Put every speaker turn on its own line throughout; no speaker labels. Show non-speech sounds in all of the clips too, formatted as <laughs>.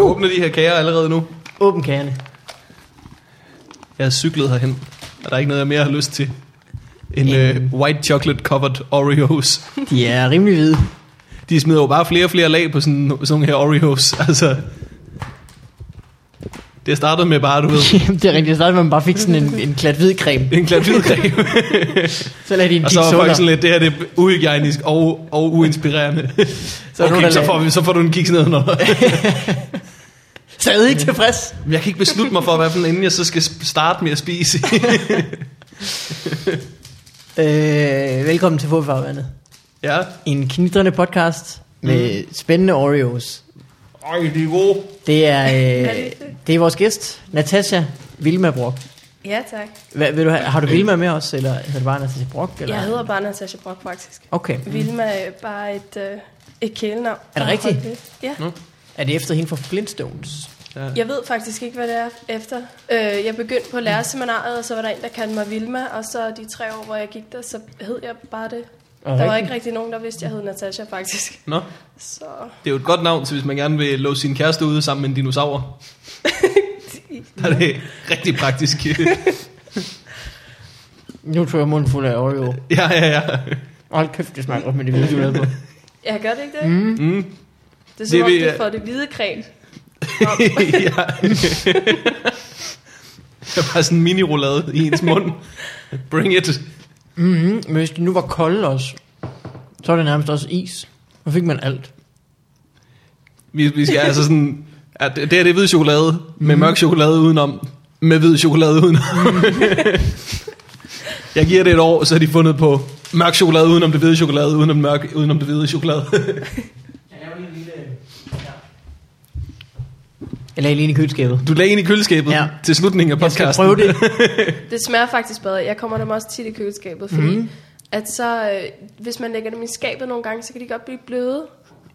Uh.
de her kager allerede nu.
Åbn kagerne.
Jeg har cyklet herhen, og der er ikke noget, jeg mere har lyst til. En øh, white chocolate covered Oreos.
De er rimelig hvide. <laughs>
De smider jo bare flere og flere lag på sådan, sådan nogle her Oreos. <laughs> Altså, det startede med bare, du ved,
Jamen, det er rigtigt. Jeg startede med, at man bare fik sådan en, en klat hvid creme.
en klat hvidcreme.
<laughs> Så lader de en
Og
kig
så var folk
sukker.
sådan lidt, det her det er uhygiejnisk og, og uinspirerende.
<laughs> Så
Så,
er der nogen,
okay,
der
så,
lagde-
får vi, så får du en kiks nedenunder. <laughs>
Stadig ikke tilfreds.
Men Jeg kan ikke beslutte mig for, hvad for en, inden jeg så skal sp- starte med at spise. <laughs>
Øh, velkommen til Fodfarvandet.
ja.
En knitrende podcast med
Mm.
spændende Oreos.
Ej, de er gode.
Det er,
er
øh,
det fedt.
det er vores gæst, Natasha Vilma Brock.
Ja, tak.
Hvad, vil du have,
Øh.
har du Vilma med os, eller hedder du bare Natasha Brock? Eller?
Jeg hedder bare Natasha Brock, faktisk.
Okay.
Vilma er bare et, øh, et kælenavn.
Er det rigtigt?
Ja.
Er det efter hende fra Flintstones?
Jeg ved faktisk ikke, hvad det er efter. Øh, jeg begyndte på lærerseminaret, og så var der en, der kaldte mig Vilma, og så de tre år, hvor jeg gik der, så hed jeg bare det.
Er
Der var
rigtigt?
ikke rigtig nogen, der vidste, jeg hed Natasha, faktisk. <laughs>
Nå,
Så
det er jo et godt navn, så hvis man gerne vil låse sin kæreste ude sammen med en dinosaur. der er det rigtig praktisk.
Nu tror jeg munden fuld af Oreo.
ja, ja, ja.
Hold kæft, det smager godt med det hvide, du lavede på.
jeg gør det ikke det? Mm.
Mm. <laughs>
Det er som
Det
det, om,
vil
du
jeg-
får det hvide creme.
ja. Det er bare sådan en mini-roulade i ens mund. Bring it.
Mm-hmm. Men hvis det nu var koldt også, så var det nærmest også is. Så fik man alt.
Vi, vi skal altså sådan... At det her det er hvid chokolade med mørk chokolade udenom. Med hvid chokolade udenom. Jeg giver det et år, så har de fundet på mørk chokolade udenom det hvide chokolade, udenom, det mørk, udenom det hvide chokolade.
Jeg lagde lige ind i køleskabet.
Du lagde ind i køleskabet
Ja.
ja. til slutningen af
Jeg skal
podcasten.
prøve
<laughs>
det.
Det smager faktisk bedre. Jeg kommer dem også tit i køleskabet, fordi mm. at så, øh, hvis man lægger dem i skabet nogle gange, så kan de godt blive bløde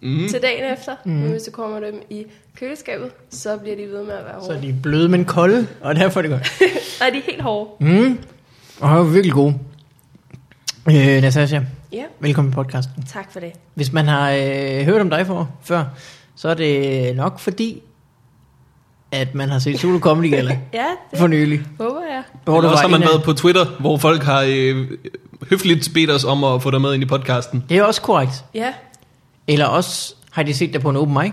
mm. til dagen efter. Mm. Men hvis du kommer dem i køleskabet, så bliver de ved med at være
Så er
hårde. De...
de bløde, men kolde, og derfor er det godt.
Nej, de er helt hårde.
Mm. Og har virkelig gode. Øh, Natasha,
Ja,
velkommen i podcasten.
tak for det.
Hvis man har øh, hørt om dig for, før, så er det nok fordi, at man har set Solo Comedy
<laughs>
Gala
Ja, det
for nylig.
håber jeg.
Hvor
Eller også har man
en af-
været på Twitter, hvor folk har øh, høfligt bedt os om at få dig med ind i podcasten.
Det er også korrekt.
Ja,
Eller også har de set dig på en open mic.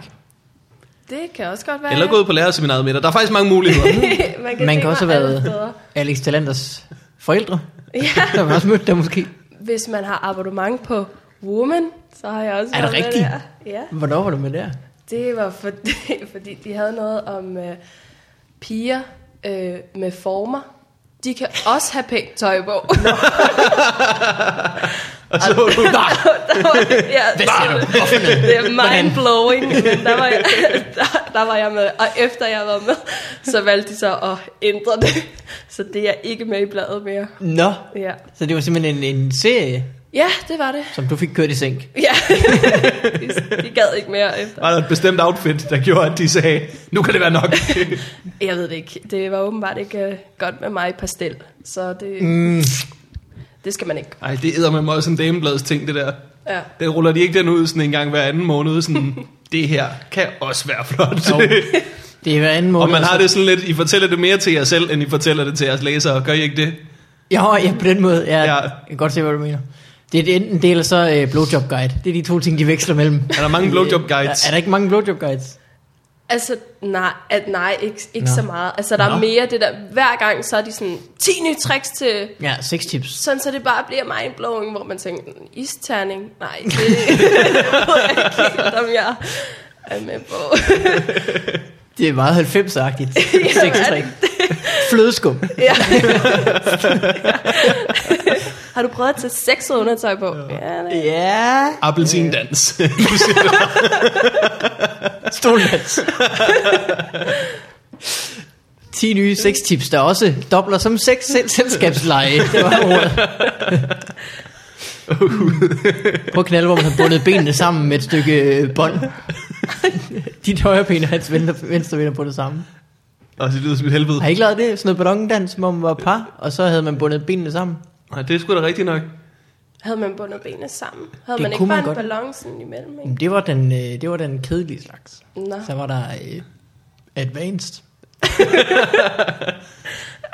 det kan også godt være.
Eller gået på lærerseminaret med dig. Der er faktisk mange
<laughs>
muligheder.
<laughs> man
Man
se
kan også
mig
have
alle
været-
steder.
Alex Talanders forældre. <laughs>
Ja.
Der har man også mødt dig måske.
Hvis man har abonnement på Woman, så har jeg også
Er det
været med
rigtigt?
Der. Ja,
Hvornår var du med der?
<laughs> det var fordi, fordi de havde noget om øh, piger øh, med former. De kan også have pænt tøj på. <laughs>
Og så var du,
Altså, <laughs> Nej,
Der var- ja, det er mind-blowing, men der var, jeg, der, der var jeg med. Og efter jeg var med, så valgte de så at ændre det. Så det er ikke med i bladet mere.
Nå.
Ja,
Så det var simpelthen en, en serie,
ja det var det.
som du fik kørt i sænk.
Ja, <laughs> de, de gad ikke mere efter.
var der et bestemt outfit, der gjorde, at de sagde, nu kan det være
<laughs>
nok.
Jeg ved det ikke. Det var åbenbart ikke øh, godt med mig i pastel, så det,
Mm.
det skal man ikke.
Ej, det æder med mig også en dameblads ting, det der.
Ja.
Den ruller de ikke den ud sådan en gang hver anden måned,
<laughs>
sådan, det her kan også være flot.
Jo. Det er hver anden måned.
<laughs> og man har
altså.
det sådan lidt, I fortæller det mere til jer selv, end I fortæller det til jeres læsere. Gør I ikke det?
Jo, ja, på den måde. Ja,
Ja.
ja. Jeg kan godt se, hvad du mener. Det er det enten det, eller så øh, blowjob guide. Det er de to ting, de veksler mellem. Øh,
Er der mange blowjob guides?
Er, er der ikke mange blowjob guides?
Altså, nej, at, nej ikke, ikke
Nå.
så meget. Altså, der
Nå.
er mere det der, hver gang så er de sådan 10 nye tricks til
Ja, seks tips.
Sådan så det bare bliver mindblowing, hvor man tænker, "En isterning? Nej, det <laughs> det ved jeg ikke helt, om jeg er med på.
Det er meget
<laughs>
90-agtigt. <laughs> Seks
er det
trick. Flødeskum.
Ja. <laughs> Har du prøvet at tage sexet undertøj på? Ja, det
Ja.
<laughs> Appelsindans.
<laughs> Stolnats. 10 nye sextips, der også dobler som sex selv- selskabsleje. Det var ordet. Prøv at knalde, hvor man har bundet benene sammen med et stykke øh, bånd. Dit højre ben og hans venstre, venstre ben er bundet sammen.
og det lyder som et helvede.
Har I ikke lavet det? Sådan noget ballongdans, hvor man var par, og så havde man bundet benene sammen.
Nej, det er sgu da rigtigt nok.
Havde man bundet benene sammen? Havde
Det
man ikke
kunne
bare
man
en
godt.
ballon sådan imellem? Ikke?
Jamen, Det var den, øh, det var den kedelige slags.
Nå.
Så var der øh, Advanced.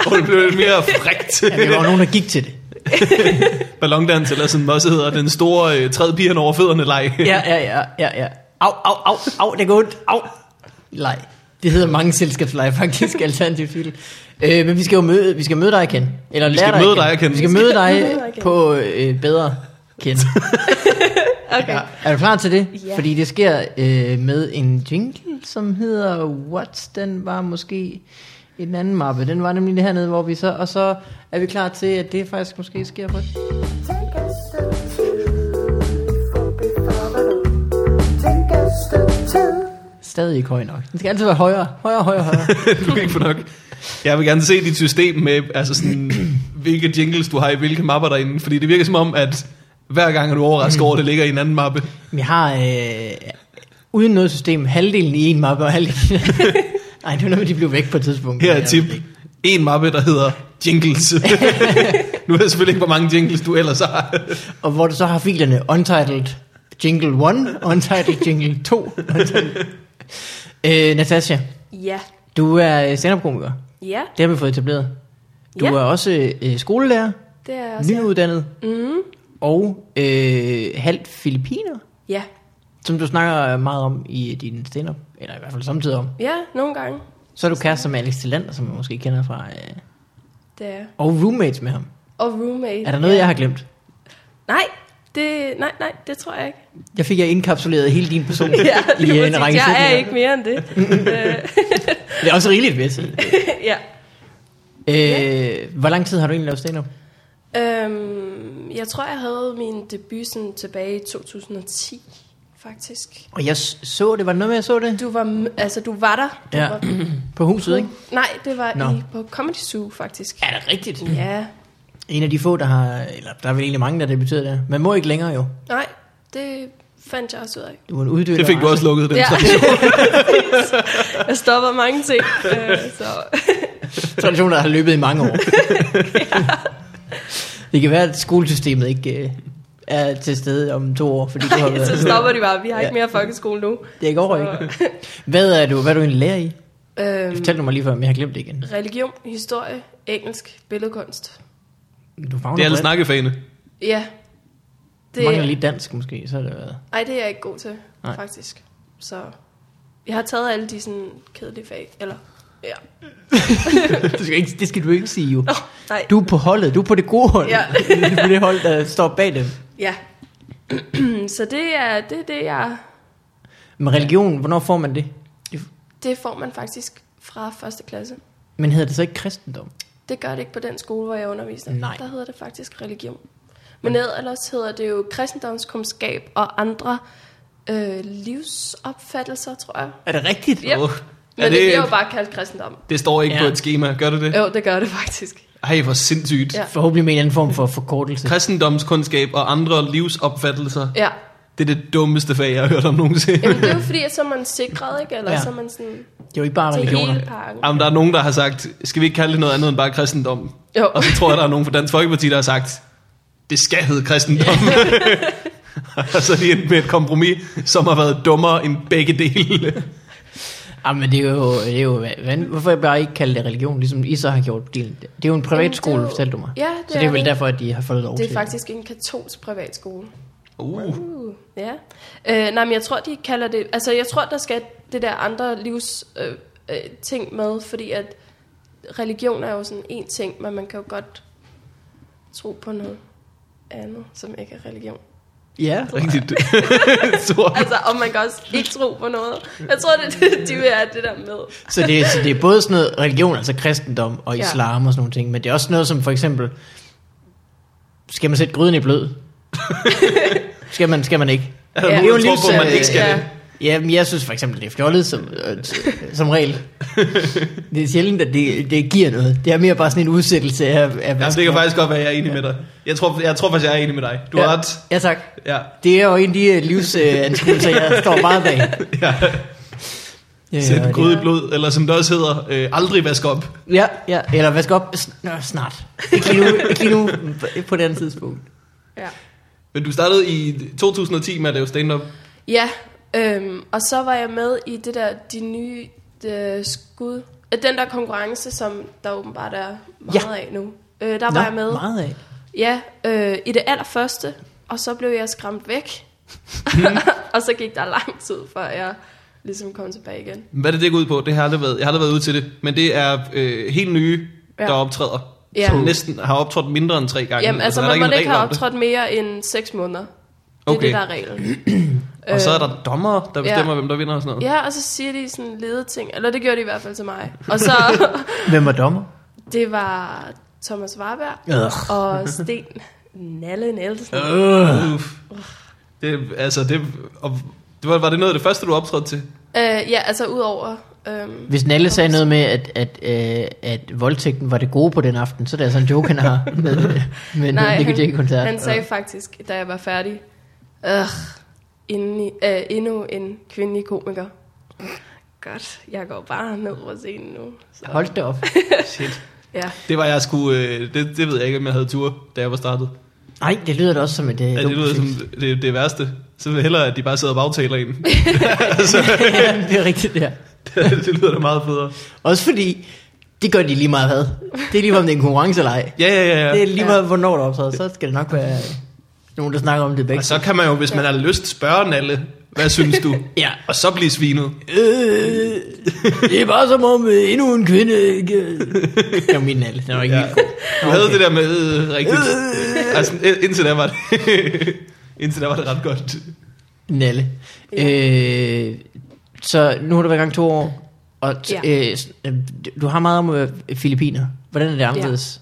Og det blev lidt mere <laughs> frækt.
Ja, men der var jo nogen, der gik til det.
Ballondans, eller sådan også hedder den store øh, træd pigerne over fødderne leg.
Ja, ja, ja, ja, ja. Au, au, au, au, det går ondt. Au. Leg. Det hedder mange selskabsleje faktisk, alternativt titel. Øh, men vi skal jo møde, vi skal møde dig igen. Eller
Vi skal
lære
møde
dig
dig at kende.
Vi skal møde
møde
dig
dig at kende.
på øh, bedre kende.
Okay.
Ja. Er du klar til det?
Ja.
Fordi det sker øh, med en jingle, som hedder What's. Den var måske i den anden mappe. Den var nemlig hernede, hvor vi så... Og så er vi klar til, at det faktisk måske sker på...
Take a step two for before balloon. Take a step two.
Stadig ikke høj nok. Den skal altid være højere. Højere, højere, højere.
<laughs> du kan ikke få nok. Jeg vil gerne se dit system med, altså sådan, hvilke jingles du har i hvilke mapper derinde. Fordi det virker som om, at hver gang er du overrasket over, at det ligger i en anden mappe.
Vi har øh, uden noget system halvdelen i en mappe og halvdelen
<laughs>
Nej, det var noget, de blev væk på et tidspunkt.
Her er et tip. En mappe, der hedder
<laughs>
jingles. nu ved jeg selvfølgelig ikke, hvor mange jingles du ellers har.
Og hvor du så har filerne Untitled Jingle 1, Untitled Jingle 2. Untitled. øh, Natasha,
Ja.
du er øh, stand-up-komiker.
Ja,
Det har vi fået etableret. Du
Ja.
er også øh, skolelærer,
det er jeg også.
nyuddannet
Mm,
og øh, halvt filipiner,
ja.
som du snakker meget om i din stand-up, eller i hvert fald samtidig om.
ja, nogle gange.
Så er du kærester med Alex Tillander, som man måske kender fra... Øh,
Det er.
Og roommates med ham.
Og roommate.
Er der noget, jeg har glemt?
Nej, det, nej, nej, det tror
<laughs>
jeg ikke.
Jeg fik jeg indkapsuleret hele din
<laughs>
person ja,
lige
i øh, en
præcis.
række
Jeg er
sætninger.
ikke mere end
<laughs>
det. <laughs> Øh,
Det er også rigeligt, vil jeg
<laughs>
sige.
ja.
Øh, hvor lang tid har du egentlig lavet stand-up?
Øhm, jeg tror, jeg havde min debut sådan tilbage i 2010, faktisk.
Og jeg s- så det, var det noget med, jeg så det?
Du var, m- altså, du var der. Du
Ja. <clears throat>
Var,
På huset, ikke?
nej, det var
Nå.
i, på Comedy Zoo, faktisk.
Er det rigtigt?
Ja.
En af de få, der har, eller der er vel egentlig mange, der debuterede der. Man må ikke længere jo.
Nej, det fandt jeg også ud af.
Du er en uddøende
Det fik du
race.
også lukket, den
Ja.
ja.
<laughs> jeg stopper mange ting. Øh, så.
<laughs> Tradition, der har løbet i mange år. <laughs> Det kan være, at skolesystemet ikke øh, er til stede om to år, fordi du har
Nej,
været...
<laughs> så stopper de bare. Vi har
Ja.
ikke mere folkeskole nu.
Det går ikke. Hvad er du, hvad er du egentlig lærer i?
Øhm,
Fortæl nu mig lige før, om jeg har glemt det igen.
religion, historie, engelsk, billedkunst.
Du
Det er
fagner
alle
bredt.
snakkefane.
Ja.
Det... Mangler lige dansk måske, så er det været.
Ej, det er jeg ikke god til,
Nej.
Nej. faktisk. Så jeg har taget alle de sådan kedelige fag, eller... Ja.
<laughs> det, skal ikke, det skal du ikke sige jo.
Nå, nej.
Du er på holdet, du er på det gode hold.
Ja.
du er på <laughs> det hold, der står bag dem.
Ja. <clears throat> så det er det, er det, jeg...
Men religion, hvornår får man det?
Det får man faktisk fra første klasse.
Men hedder det så ikke kristendom?
Det gør det ikke på den skole, hvor jeg underviser.
Mm. Nej.
Der hedder det faktisk religion. Men ellers hedder det jo kristendomskundskab og andre øh, livsopfattelser, tror jeg.
Er det rigtigt?
Yep.
Åh.
Men
Er
det, det bliver jo
det,
bare kaldt kristendom.
det står ikke
Ja.
ja. på et schema, gør det det?
Jo, det gør det faktisk.
Ej, hvor sindssygt.
Ja.
Ja.
Forhåbentlig med en anden form for forkortelse.
Kristendomskundskab og andre livsopfattelser.
Ja.
Det er det dummeste fag, jeg har hørt om nogensinde.
Jamen, det er jo fordi, at så er man sikret, ikke? Eller
Ja.
ja. så er man sådan...
Det er jo ikke bare
Til
religioner.
hele pakken.
Jamen, der er nogen, der har sagt, skal vi ikke kalde det noget andet end bare kristendom?
Jo.
Og så tror jeg, der er nogen fra Dansk Folkeparti, der har sagt, det skal hedde kristendom. <laughs> og så er de endt med et kompromis, som har været dummere end begge dele.
Jamen, Ah, det er jo... Det er jo hvad- hvorfor jeg bare ikke kalde det religion, ligesom I så har gjort? Det er- det er jo en
Jamen, det er
privatskole,
jo-
fortalte du mig.
Ja, det
så det er
er
vel
det.
derfor, at de har fået lov
Det
til
er faktisk en katolsk privatskole.
Uh,
Uh, ja. Øh, nej, men jeg tror, de kalder det... Altså, jeg tror, der skal det der andre livs øh, øh, ting med, fordi at religion er jo sådan en ting, men man kan jo godt tro på noget andet, som ikke er religion.
Ja,
rigtigt. <laughs> Sort.
Altså, og man kan også ikke tro på noget. Jeg tror, det er det, <laughs> de vil have det der med.
Så det, så det er både sådan noget religion, altså kristendom og
Ja.
islam og sådan nogle ting, men det er også noget som for eksempel, skal man sætte gryden i blød? skal man, skal man ikke?
Er der
Altså,
ja,
Ja. Det er
Altså, nogen, der
jo
tror på, at man
livs-
ikke skal
ja.
det?
Jamen, jeg synes for eksempel, det er fjollet som, øh, t- som regel. Det er sjældent, at det, det giver noget. Det er mere bare sådan en udsættelse af... af
Jamen, Altså, det kan faktisk godt være, at jeg er enig med dig. Jeg tror, jeg tror faktisk, jeg er enig med dig. Du har
ja.
ret.
Ja, tak.
Ja.
Det er jo en af de øh, livsanskuelser, jeg står meget bag.
<laughs> ja.
Ja,
Sæt en
det-
gryde i blod, eller som det også hedder, øh, aldrig vask op.
Ja, ja. Eller vask op sn- nå, snart. Ikke lige nu, ikke lige nu på det andet tidspunkt.
Ja.
Men du startede i 2010 med at lave stand-up.
Ja, øhm, og så var jeg med i det der, de nye øh, skud. Øh, Den der konkurrence, som der åbenbart er meget
Ja.
ja. af nu. Øh, der var jeg med.
meget af.
Ja, øh, i det allerførste, og så blev jeg skræmt væk.
Hmm.
<laughs> og så gik der lang tid, før jeg ligesom kom tilbage igen.
Hvad er det, det går ud på? Det har jeg aldrig været, jeg har aldrig været ude til det. Men det er øh, helt nye,
Ja.
der optræder.
Ja.
Som næsten har optrådt mindre end tre gange.
Jamen, altså,
der er
man
der
må
en
ikke
regel
have
om det.
optrådt mere end 6 måneder. Det er
Okay.
det, der er reglen.
<clears throat> Og så er der dommer, der
øh, ja.
bestemmer, hvem der vinder og sådan noget.
Ja, og så siger de sådan ledeting. Eller det gjorde de i hvert fald til mig. Og så,
<laughs>
<laughs>
Hvem var dommer?
det var Thomas Warberg
Øh. <laughs>
og Sten Nalle Nielsen.
Uff. Det, altså, det, og, det var, var det noget af det første, du optrådte til?
Øh, ja, altså udover... Øhm,
Hvis Nalle sagde noget med, at, at, at, at voldtægten var det gode på den aften, så er det altså en joke, han <laughs> har med, med
Nej,
en
han,
Nicky koncert
han sagde faktisk, da jeg var færdig, øh, endelig, øh, endnu en kvindelig komiker. Godt, jeg går bare ned på scenen nu. Så,
Øh, Hold da op.
Shit.
ja.
Det var jeg sgu, øh, det, det ved jeg ikke, om jeg havde tur, da jeg var startet.
Nej, det lyder da også som et... øh,
Ja, det lyder
<laughs>
som det, det værste. Så vil jeg hellere, at de bare sidder og bagtaler en. <laughs> altså,
det er rigtigt, der.
det, det lyder da meget federe.
Også fordi, det gør de lige meget hvad. Det er lige om det er en konkurrence eller ej.
Ja, ja, ja.
Det er
ja.
lige
Ja.
meget, hvornår der optræder, så skal det nok være nogen, der snakker om det begge.
Og så kan man jo, hvis man har lyst, spørge Nalle, hvad synes du?
Ja.
<laughs> Og så blive svinet.
Øh, det er bare som om øh, endnu en kvinde... <laughs> Øh, det var min Nalle, det var ikke
Ja.
ja. min god.
Du havde det der med øh, rigtigt. Altså, øh, indtil da var det... <laughs> indtil da var det ret godt.
Nalle. Øh, så nu har du været i gang to år, og t-
Ja.
øh, s- øh, du har meget om øh, Filippiner. Hvordan er det anderledes?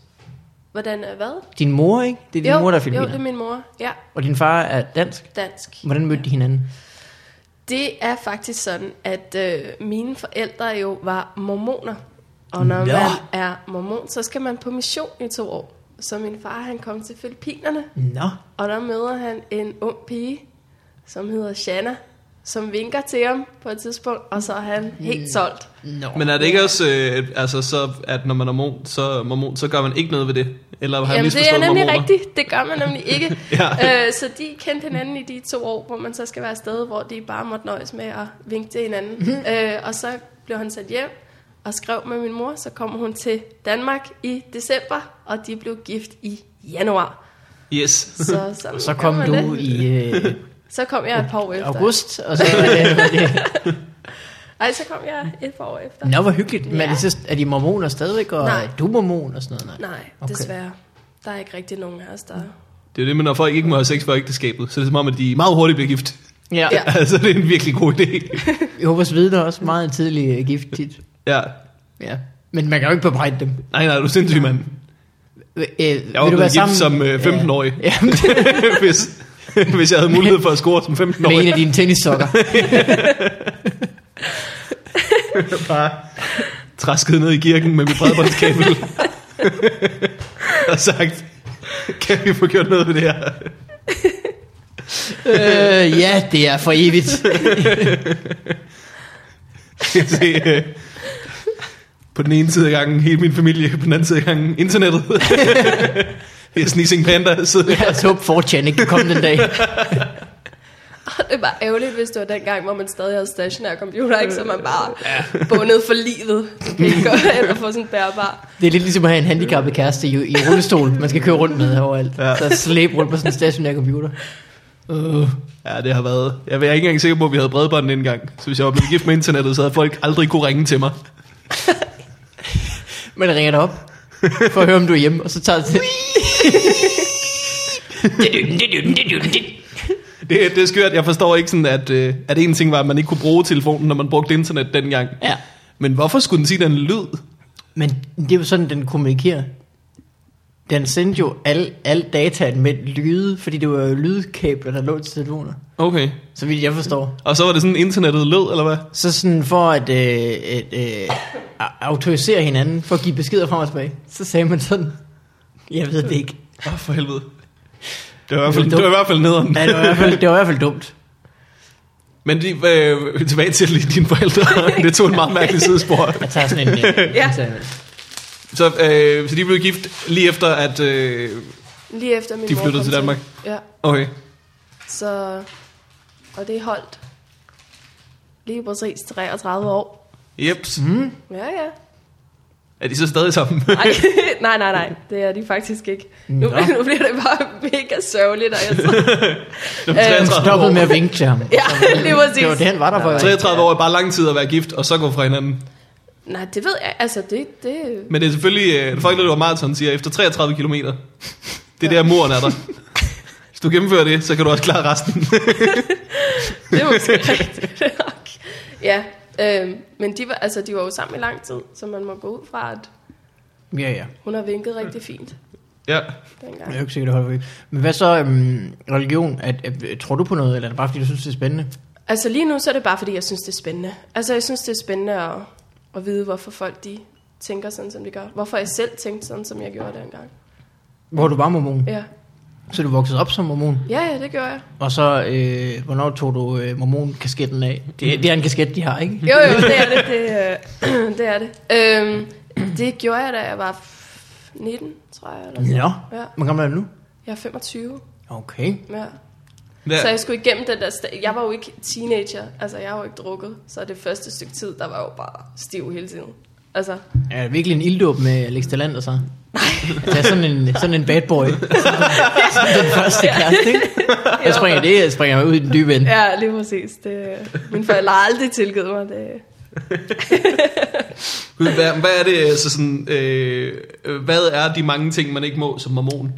Hvordan er hvad?
Din mor, ikke? Det er din
jo,
mor, der er
jo,
Filippiner.
det er min mor. Ja,
Og din far er dansk.
dansk.
Hvordan mødte de hinanden?
Det er faktisk sådan, at øh, mine forældre jo var mormoner. Og når
Nå.
man er mormon, så skal man på mission i to år. Så min far, han kom til Filippinerne,
Nå.
og der møder han en ung pige, som hedder Shanna, som vinker til ham på et tidspunkt, og så er han
Mm.
helt solgt.
Nå.
Men er det ikke også, øh, altså, så, at når man er mormon, så, mormon, så gør man ikke noget ved det? Eller har jeg
Jamen, det er
misforstået
nemlig
mormoner?
rigtigt. Det gør man nemlig
<laughs>
ikke.
Ja.
øh, så de kendte hinanden i de to år, hvor man så skal være afsted, hvor de bare måtte nøjes med at vinke til hinanden.
Mm-hmm.
øh, og så blev han sat hjem og skrev med min mor. Så kom hun til Danmark i december, og de blev gift i januar.
Yes.
Så,
<laughs>
sådan
Så
gør
kom
man
du
det.
<laughs>
i øh,
Så kom jeg et par år efter.
august, og så... Øh,
<laughs>
Nej, så kom jeg et par år efter.
Nå, hvor hyggeligt. Men er,
Ja.
det så, er de mormoner stadigvæk, og
Nej.
du er mormon og sådan noget? Nej.
Nej,
Okay.
okay. desværre. Der er ikke rigtig nogen af os, der...
Det er jo det, men når folk ikke må have sex før ægteskabet, så er det som om, at de meget hurtigt bliver gift.
Ja.
Ja.
<laughs> altså, det er en virkelig god idé.
Jehovas vidner er også meget tidlig øh, gift tit.
ja.
Ja. Men man kan jo ikke bebrejde dem.
Nej, nej, du er sindssyg, mand.
Øh,
Jeg var blevet gift som øh, 15-årig,
Ja, ja det
<laughs> hvis, hvis jeg havde mulighed for at score som
er med en
15-årig.
af dine tennissokker.
<laughs> Bare træsket ned i kirken med mit bredbåndskabel.
<laughs>
<laughs> og sagt, kan vi få gjort noget ved det her?
øh, ja, det er for evigt.
Jeg kan se, øh, på den ene side af gangen hele min familie, på den anden side af gangen internettet. <laughs> jeg er sneezing panda, sidder
Jeg har håbet 4chan ikke kan komme den dag.
Og <laughs> det var ærgerligt, hvis det var dengang, hvor man stadig havde stationær computer, ikke? Så man bare bundet for livet. Ikke? Eller få sådan en bærbar.
Det er lidt ligesom at have en handicappet kæreste i, i rullestol. Man skal køre rundt med overalt. Ja.
Ja.
Så slæb rundt på sådan en stationær computer. Uh.
Ja, det har været. Jeg er ikke engang sikker på, at vi havde bredbånd dengang. Så hvis jeg var blevet gift med internettet, så havde folk aldrig kunne ringe til mig.
Men jeg ringer dig op for at høre, om du er hjemme, og så tager det til.
Det, det er skørt. Jeg forstår ikke sådan, at, øh, at en ting var, at man ikke kunne bruge telefonen, når man brugte internet dengang.
Ja.
Men hvorfor skulle den sige den lyd?
Men det er jo sådan, den kommunikerer. Den sendte jo al, al dataen med lyde, fordi det var jo lydkabler, der lå til telefoner.
Okay.
Så vidt jeg forstår.
Og så var det sådan, internettet lød, eller hvad?
Så sådan for at, øh, at øh, a- autorisere hinanden, for at give beskeder frem og tilbage, så sagde man sådan. Jeg ved det ikke.
Åh, oh, for helvede. Det var i hvert fald, det var i hvert fald nederen.
Ja, det, var i hvert fald, det var i hvert fald dumt.
Men de, øh, tilbage til dine
<laughs>
forældre. Det tog en meget mærkelig sidespor.
Jeg tager sådan en... Øh,
<laughs> Ja.
ja.
Så, øh, så de blev gift lige efter, at... Øh,
Lige efter min
De
mor
flyttede
kom
til Danmark?
Ja,
okay.
så... Og det holdt. Lige præcis 33 år.
Jeps.
Mhm.
Ja, ja.
Er de så stadig sammen? <laughs>
Øh,
Ej, <laughs> nej, nej, nej. Det er de faktisk ikke. Nu,
Nå.
<laughs> nu bliver det bare mega sørgeligt. Og jeg
<laughs>
tror,
Dem
Han
33 år.
stoppede med at vinke til ham.
ja, lige præcis.
Det var det, han var der for.
33 år er bare lang tid at være gift, og så gå fra hinanden.
Nej, det ved jeg. Altså, det... det
Men det er selvfølgelig, øh, folk, der løber maraton, siger, efter 33 km, det er der muren er der. Hvis du gennemfører det, så kan du også klare resten.
Det er måske rigtigt nok. Ja, øhm, men de var, altså, de var jo sammen i lang tid, så man må gå ud fra, at
Ja, ja.
hun har vinket rigtig fint
ja.
dengang.
Jeg er jo ikke sikker, det holder for ikke. Men hvad så øhm, religion? At, at, tror du på noget, eller er det bare fordi, du synes, det er spændende?
Altså lige nu, så er det bare, fordi jeg synes, det er spændende. Altså jeg synes, det er spændende at, at vide, hvorfor folk de tænker sådan, som de gør. Hvorfor jeg selv tænkte sådan, som jeg gjorde dengang.
Hvor du var mormon.
Ja,
Så du voksede op som mormon.
ja, ja det gjorde jeg.
Og så, øh, hvornår tog du øh, mormonkasketten af? Det, det er en kasket, de har, ikke?
Jo, jo, det er det. Det, øh, <clears throat> det er det. Øhm, det gjorde jeg, da jeg var f- 19, tror jeg. Eller sådan.
Nå.
Ja.
Hvor gammel er du nu?
Jeg er 25.
Okay.
Ja.
Ja.
Så jeg skulle igennem den der... Sta- jeg var jo ikke teenager. Altså, jeg har jo ikke drukket. Så det første stykke tid, der var jeg jo bare stiv hele tiden. Altså,
Er det virkelig en ilddåb med Alex Talander så? Nej. sådan en, sådan en bad boy. Sådan den første kæreste, ikke? <laughs> Jeg springer det, jeg springer ud i den dybe ende.
ja, lige præcis. Det, mine forældre har aldrig tilgivet mig det.
Gud, Hvad, hvad er det, altså sådan, øh, øh, hvad er de mange ting, man ikke må som mormon?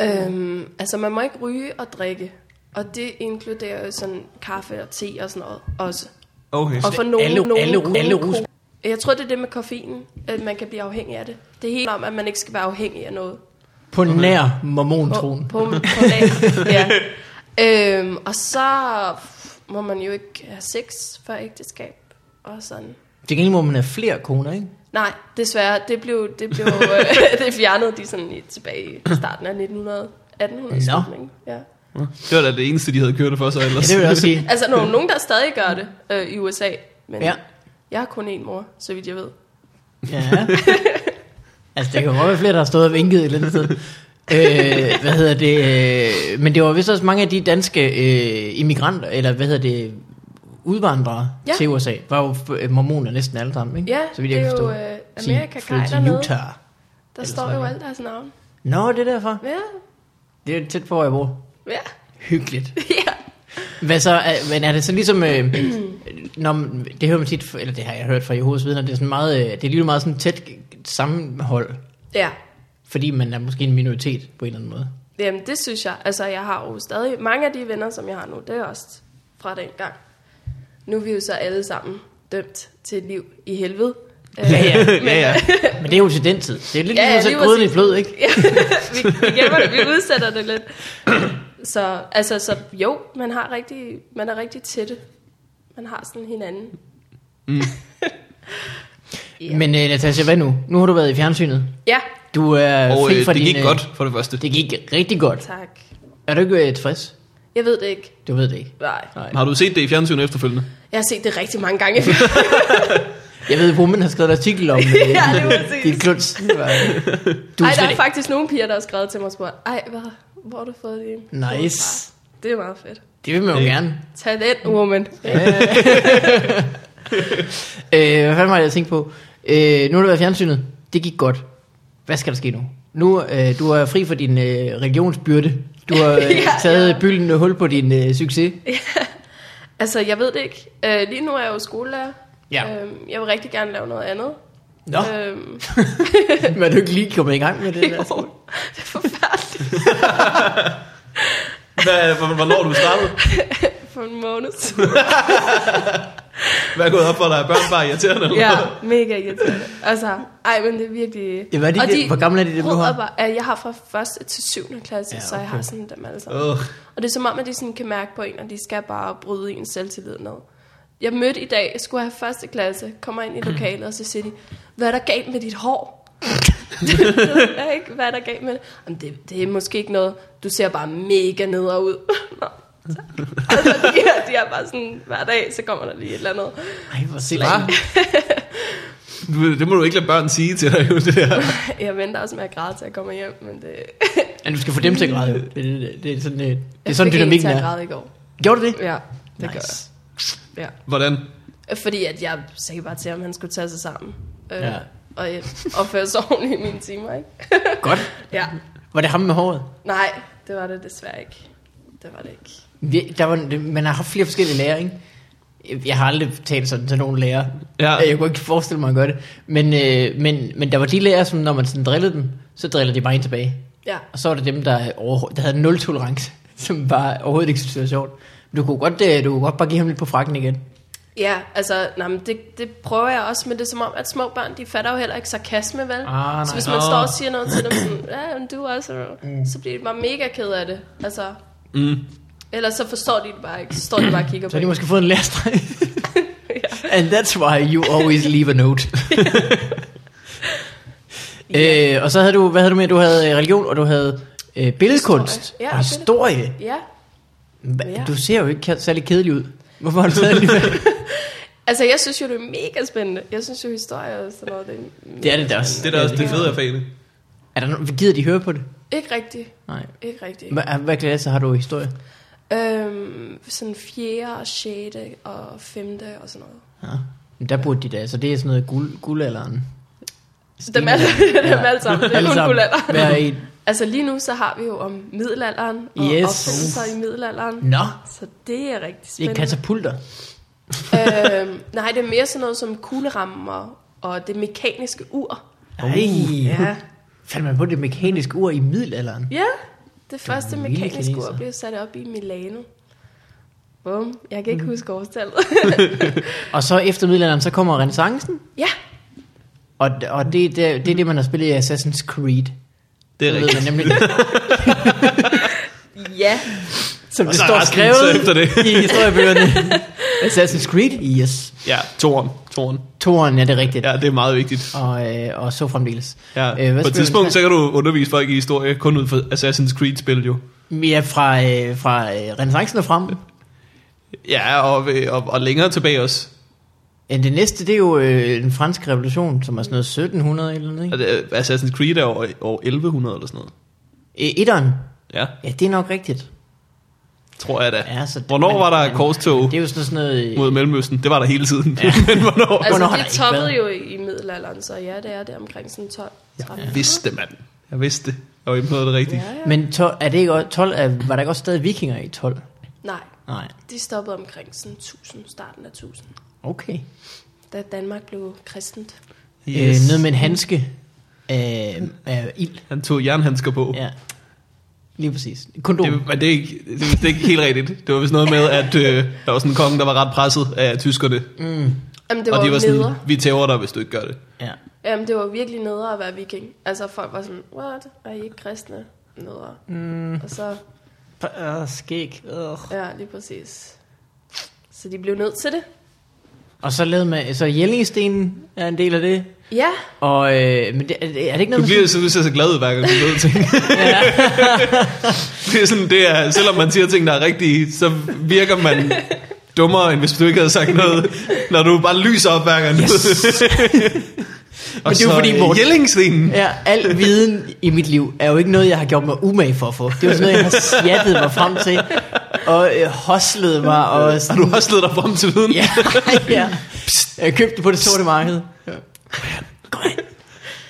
Øhm, altså, man må ikke ryge og drikke. Og det inkluderer jo sådan kaffe og te og sådan noget også.
Okay.
Og for nogen,
alle-
nogen
alle-
kun-
alle rus-
Jeg tror, det er det med koffeinen, at man kan blive afhængig af det. Det er helt om, at man ikke skal være afhængig af noget.
På nær
På,
mormontroen.
på, på
<laughs>
lag. ja. øhm, og så må man jo ikke have sex før ægteskab og sådan.
Til gengæld må man have flere koner, ikke?
Nej, desværre, det blev,
<laughs>
det blev øh, <laughs> det fjernede de sådan i, tilbage i starten af 1900, 1800
Nå.
slutningen. Ja.
Det var da det eneste, de havde kørt for sig
Ja,
ellers.
det vil jeg også sige.
Altså, nogen, nogen, der stadig gør det øh, i USA, men
Ja.
ja. jeg har kun én mor, så vidt jeg ved.
Ja. Altså, det kan jo godt være flere, der har stået og vinket et eller andet sted. Øh, hvad hedder det? øh, Men det var vist også mange af de danske øh, immigranter, eller hvad hedder det, udvandrere ja.
Ja.
til USA, var jo øh, mormoner næsten alle sammen, ikke?
Ja,
vidt jeg
det
kan
er
forstå.
jo øh,
Sige,
Amerika
flyttede
Kaj
til
dernede.
Utah.
Der står jo alle deres navn.
Nå, det er derfor.
Ja,
Det er tæt på, hvor jeg bor.
ja, <laughs>
Hyggeligt.
ja.
Hvad så, er, men er det så ligesom, øh, <clears throat> når, man- det hører man tit, eller det har jeg hørt fra Jehovas vidner, det er sådan meget, øh, det er lige meget sådan tæt sammenhold,
ja.
fordi man er måske en minoritet på en eller anden måde.
Jamen, det synes jeg. Altså, jeg har jo stadig... Mange af de venner, som jeg har nu, det er også fra den gang. Nu er vi jo så alle sammen dømt til et liv i helvede.
<laughs>
Øh,
ja,
<laughs>
ja.
Men det er jo til den tid. Det er lidt
Ja,
ja,
ja,
ligesom
lige
at gryden i
præcis.
flød, ikke?
vi, <laughs> vi gemmer det, vi udsætter det lidt. Så, altså, så jo, man, har rigtig, man er rigtig tætte. Man har sådan hinanden.
Mm.
<laughs>
Ja. Men øh, Natasha, hvad nu? Nu har du været i fjernsynet.
Ja,
Du er
Og
fri
øh,
fra
det
din...
gik
øh,
godt, for det første.
Det gik rigtig godt.
tak.
Er du ikke øh, tilfreds?
Jeg ved det ikke.
Du ved det ikke.
Nej.
Nej.
Har du set det i fjernsynet efterfølgende?
Jeg har set det rigtig mange gange.
Jeg ved, at Woman har skrevet en artikel
<laughs>
om øh,
Ja, lige præcis.
dit kluns. Du er
<laughs> Ej, der
slet
er
ikke-
faktisk nogle piger, der har skrevet til mig og spurgt, ej, hvad, hvor har du fået det?
Nice.
Det er meget fedt.
Det vil man jo
Øh.
gerne.
Talent woman.
Øh, hvad fanden var det, jeg tænkte på? Øh, nu har du været i fjernsynet. Det gik godt. Hvad skal der ske nu? Nu øh, du er fri for din øh, religionsbyrde. Du
<laughs>
har øh,
Ja,
taget
ja.
bylden hul på din øh, succes.
Altså, jeg ved det ikke. Øh, lige nu er jeg jo skolelærer.
Ja.
Øhm, jeg vil rigtig gerne lave noget andet.
Nå,
Øhm,
men er du ikke lige kommet i gang
<laughs>
med det?
jo,
Der?
det er forfærdeligt
Hvad, hvor- hvornår er du startede?
for en måned.
<laughs>
Hvad er gået op for dig? Er børn bare irriterende? eller
ja,
hvad?
mega irriterende. Altså, ej, men det er virkelig...
Ja, hvad er de
Og
der- hvor gamle er de, dem, du har?
råder Bare, ja, jeg har fra 1. til 7. klasse,
Ja,
ja, okay. så jeg
okay.
har sådan dem alle sammen.
Ugh.
Og det er som om, at de sådan kan mærke på en, og de skal bare bryde ens selvtillid ned. Jeg mødte i dag, jeg skulle have første klasse, kommer ind i lokalet, og så siger de, hvad er der galt med dit hår? <laughs> det ved jeg ikke, hvad er der galt med det? Jamen, det, det er måske ikke noget, du ser bare mega nedere ud. <laughs> Nå, tak. altså, de, er, de er bare sådan, hver dag, så kommer der lige et eller andet.
Ej, hvor sindssygt.
Du- Det må du ikke lade børn sige til dig, jo, det der.
Jeg venter også med at græde, til jeg kommer hjem, men det...
Ja, du skal få dem til at græde. jo. Det, det, det er sådan, øh, det er
<laughs> Jeg
sådan
fik en
dynamikken
til at
er.
græde i går.
Gjorde du det?
Ja, det nice.
Nice.
gør jeg. Ja.
Hvordan?
Øh, Fordi at jeg sagde bare til ham, at han skulle tage sig sammen. Øh,
Ja.
ja. Og øh, opføre sig <laughs> ordentligt i mine timer, ikke?
<laughs> Godt.
<laughs> ja.
Var det ham med håret?
Nej, det var det desværre ikke. Det var det ikke.
Vi- Der var, man har haft flere forskellige lærer, ikke? Jeg har aldrig talt sådan til nogen lærer.
Ja.
Jeg kunne ikke forestille mig at gøre det. Men, øh, men, men der var de lærere, som når man sådan drillede dem, så driller de bare en tilbage.
Ja.
Og så var det dem, der, overho- der havde nul tolerance, <laughs> som bare overhovedet ikke synes, det var sjovt. Men Du kunne, godt, øh, du kunne godt bare give ham lidt på frakken igen.
Ja, altså, nej, men det, det prøver jeg også, men det er som om, at små børn, de fatter jo heller ikke sarkasme, vel?
Ah,
så
nej.
hvis man
Nå.
står og siger noget til dem,
<clears throat>
sådan, ja, men du er også, mm. så bliver de bare mega ked af det. Altså,
Mm.
ellers så forstår de det bare ikke, så står de bare og
<clears throat>
kigger
Så
på
har de
det.
måske fået en lærerstreg.
<laughs> Ja.
And that's why you always leave a
<laughs>
note. <laughs> øh, og så havde du, hvad havde du med? Du havde øh, religion, og du havde øh, billedkunst
Historie. Ja,
og historie.
Ja,
Hva-
Ja.
Du ser jo ikke ka- særlig kedelig ud. Hvorfor har du taget lige
altså, jeg synes jo, det er mega spændende. Jeg synes jo, historie og sådan noget, <laughs> det er
Det er det da også.
Det er da også det
Ja.
fede af fagene.
Er der nogen, gider de høre på det?
ikke rigtigt.
Nej.
Ikke rigtigt.
Hva, hvad klasse har du i historie?
Øhm, sådan 4. og 6. og 5. og sådan noget.
Ja. Men der burde de da, så det er sådan noget guld, guldalderen.
Dem alle, <laughs> dem alle sammen. Det er
Alle
kun
sammen.
guldalder.
Hver
<laughs>
en.
Altså lige nu, så har vi jo om middelalderen og
Yes.
yes. opfindelser i middelalderen.
Nå,
Så det er rigtig
det er
spændende.
katapulter.
øhm, nej, det er mere sådan noget som kuglerammer og det mekaniske ur.
Ej,
Ja,
fandt man på det mekaniske ur i middelalderen?
ja det første
vilde
mekaniske
kineser.
ur blev sat op i Milano. Bum, jeg kan ikke
Mm.
huske årstallet.
<laughs> Og så efter middelalderen, så kommer renaissancen.
ja,
Og, og det, det, det er det, man har spillet i Assassin's Creed.
Det er
ved
rigtigt.
man nemlig,
ja,
som det
så er
står
resten
skrevet
så efter det.
i
<laughs>
historiebøgerne. Assassin's Creed, yes.
Ja, toren. toren.
Toren, ja, det er rigtigt.
Ja, det er meget vigtigt.
Og, øh, og så fremdeles. Øh,
Ja,
hvad
på
spiller
et
man
tidspunkt, så kan du undervise folk i historie, kun ud fra Assassin's Creed-spil jo.
Ja, fra, øh, fra øh, renaissancen og frem.
Ja, og, øh, og, og længere tilbage også.
Ja, det næste, det er jo øh, den franske revolution, som er sådan noget 1700 eller noget, ikke?
Og det- øh, Assassin's Creed er over, over 1100 eller sådan noget.
Øh, Etteren.
Ja,
Ja, det er nok rigtigt.
tror jeg da.
Ja, så det-
Hvornår
men-
var der
men-
korstog
Det er jo sådan noget... Øh,
mod Mellemøsten? Det var der hele tiden. Ja. <laughs> Men hvornår?
altså
Hvornår har der
det
ikke
toppede
været?
jo i i middelalderen, så ja, det er det omkring sådan 12.
Jeg
13.
vidste, mand. Jeg vidste. Jeg var inde på noget af det rigtige.
Ja, ja.
men to, er det ikke, også- 12, er, var der ikke også stadig vikinger i 12?
Nej,
Nej,
de stoppede omkring sådan 1000, starten af 1000,
okay.
da Danmark blev kristent.
Yes. Øh, noget med en handske af, af ild.
Han tog jernhandsker på.
Ja. Lige præcis. Kondom.
Uh. Det, men det er, ikke, det er vist ikke helt rigtigt. Det var vist noget med, at øh, der var sådan en konge, der var ret presset af tyskerne.
Jamen, det
og
var,
de var
var
sådan,
nedre.
vi tæver dig, hvis du ikke gør det.
ja.
Jamen, det var virkelig nedre at være viking. Altså, folk var sådan, what? Er I ikke kristne? Nedre. Mm. Og så,
Øh, skæg. Øh.
ja, lige præcis. Så de blev nødt til det.
Og så lavede man, så Jellingstenen er en del af det.
Ja,
Og, øh, men det, er, det- er det ikke noget,
Du
man
bliver sådan, du ser så glad ud, hver gang du ved ting. <laughs> det er sådan, det er, selvom man siger ting, der er rigtige, så virker man dummere, end hvis du ikke havde sagt noget, når du bare lyser op hver gang.
Yes.
<laughs> og
det er jo
så,
fordi,
øh,
Morten-
Jellingstenen.
Ja, al viden i mit liv er jo ikke noget, jeg har gjort mig umage for at få. Det er jo sådan noget, jeg har sjattet mig frem til, og øh, hoslet mig, og
Har
sådan,
du også ledet dig frem til viden?
ja, ja. Jeg købte det på det sorte marked.
Kom ind.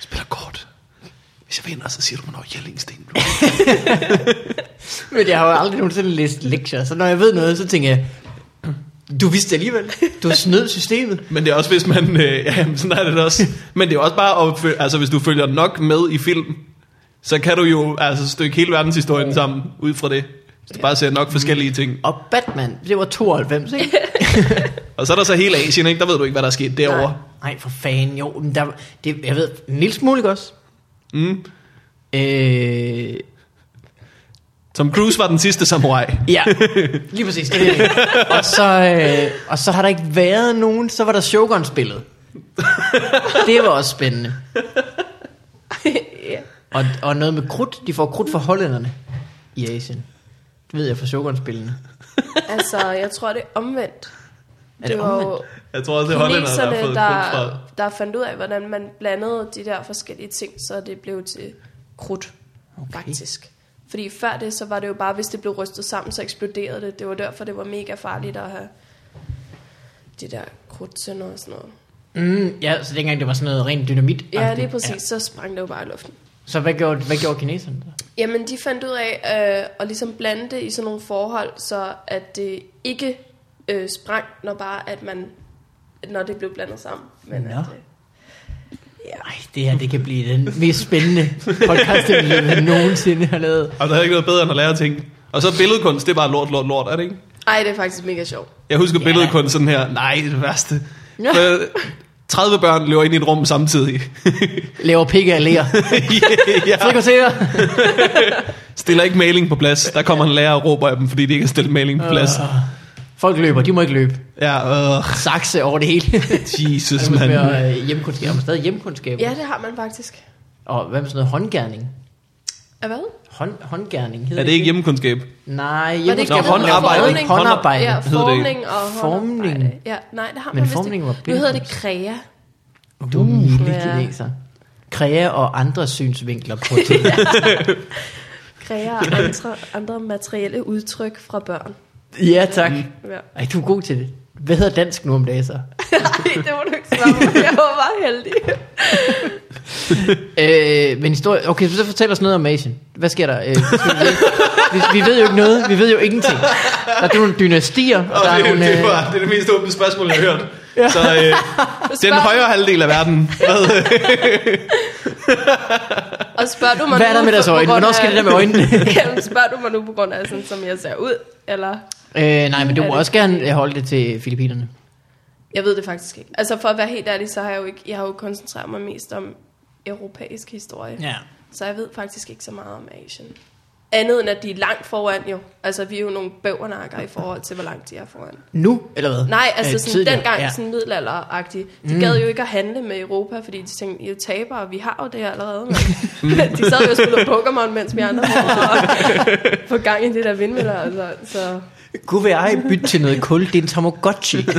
Spiller kort. Hvis jeg vinder, så siger du, hvornår Jellingstenen blev.
Men jeg har jo aldrig nogensinde læst lektier, så når jeg ved noget, så tænker jeg, du vidste det alligevel. Du snød systemet.
Men det er også, hvis man... Øh, <laughs> ja, jamen, sådan er det da også. Men det er også bare, at, føl- altså, hvis du følger nok med i film, så kan du jo altså, stykke hele verdenshistorien sammen ud fra det. Hvis du bare ser nok forskellige ting.
Og Batman, det var 92, ikke?
Og så er der så hele Asien, ikke? Der ved du ikke, hvad der er sket derovre.
Nej, for fanden, jo. Men der, det, jeg ved, en lille smule ikke også.
Mm.
Øh,
Tom Cruise var den sidste samurai.
ja, lige præcis. Det, er det. og, så, øh, og så har der ikke været nogen, så var der Shogun-spillet. Det var også spændende.
<laughs> ja.
Og, og noget med krudt, de får krudt fra hollænderne i Asien. Det ved jeg fra Shogun-spillene.
altså, jeg tror, det er omvendt.
Er det
var jo
omvendt?
Jeg tror også, det er hollænderne, der har
kineserne,
fået krudt fra.
der, der fandt ud af, hvordan man blandede de der forskellige ting, så det blev til krudt, okay. faktisk. Fordi før det, så var det jo bare, hvis det blev rystet sammen, så eksploderede det. Det var derfor, det var mega farligt at have de der krudtsønder og sådan noget.
Mm, ja, så dengang det var sådan noget rent dynamit.
Ja, lige præcis. Så sprang det jo bare i luften.
Så hvad gjorde, hvad gjorde kineserne så?
Jamen, de fandt ud af øh, at ligesom blande det i sådan nogle forhold, så at det ikke øh, sprang, når bare at man, når det blev blandet sammen. Men
Nå.
at, øh,
Ej, det her, det kan blive den mest spændende <laughs> podcast, vi nogensinde har lavet.
Og der er ikke noget bedre end at lære ting. Og så billedkunst, det er bare lort, lort, lort, er det ikke?
ej, det er faktisk mega sjovt.
Jeg husker
Ja.
yeah. billedkunst sådan her. Nej, det er det værste.
Ja.
Ja. 30 børn løber ind i et rum samtidig.
Laver pikke
<laughs>
af lærer.
ja.
Frikvarterer.
Stiller ikke maling på plads. Der kommer en lærer og råber af dem, fordi de ikke har stillet maling på plads.
Øh. Folk løber, de må ikke løbe.
Ja, øh,
Sakse over det
<laughs>
hele.
Jesus,
Det må
mand.
være øh, hjemkundskab. Har man stadig hjemkundskab?
Ja, det har man faktisk.
Og hvad med sådan noget håndgærning?
Er hvad?
Hånd, håndgærning hedder
Er det ikke hjemmekundskab?
Nej,
Var det ikke
hjemkundskab.
Nå, håndarbejde.
Håndarbejde. håndarbejde.
Ja,
hedder det
formning og
Formning.
håndarbejde. Ja, nej, det har
Men
man vist
formning
ikke.
var
Nu hedder det
billedkunst.
krea.
Du er
Ja.
vigtig læser. Kræger og andre synsvinkler på ting.
Krea og andre, andre materielle udtryk fra børn.
Mm. ja, tak.
Ja.
Ej, du er god til det. Hvad hedder dansk nu om dagen så?
Ej, det må du ikke svare på. Jeg var bare heldig.
Øh, men historie... Okay, så fortæl os noget om Asien. Hvad sker der? Øh, skal vi, vi, vi ved jo ikke noget. Vi ved jo ingenting. Der er nogle dynastier, og
Og
der er
det,
nogle...
det,
Øh,
var, det er det mest åbne spørgsmål, jeg har hørt. Så øh, den højre halvdel af verden. Hvad, <laughs>
Og spørger du mig
Hvad er der
nu
med deres
på
øjne?
grund
Hvornår skal
af-
det der med øjnene?
<laughs> Jamen, spørger du mig nu på grund af, sådan, som jeg ser ud? Eller?
øh, nej, men du
Er
må
det-
også gerne holde det til Filippinerne.
Jeg ved det faktisk ikke. Altså for at være helt ærlig, så har jeg jo, ikke, jeg har jo koncentreret mig mest om europæisk historie.
Ja.
Så jeg ved faktisk ikke så meget om Asien. Andet end at de er langt foran jo. Altså vi er jo nogle bøvernakker i forhold til, hvor langt de er foran.
Nu, eller hvad?
Nej, altså
Øh,
sådan,
tidligere,
dengang
ja.
ja. sådan middelalderagtigt. De mm. gad jo ikke at handle med Europa, fordi de tænkte, I er jo tabere, vi har jo det her allerede. Men <laughs> de sad jo og spillede Pokémon, mens vi andre var på gang i det der vindmøller. Altså, så.
Kunne være ej bytte til noget kul, det er en Tamagotchi.
<laughs>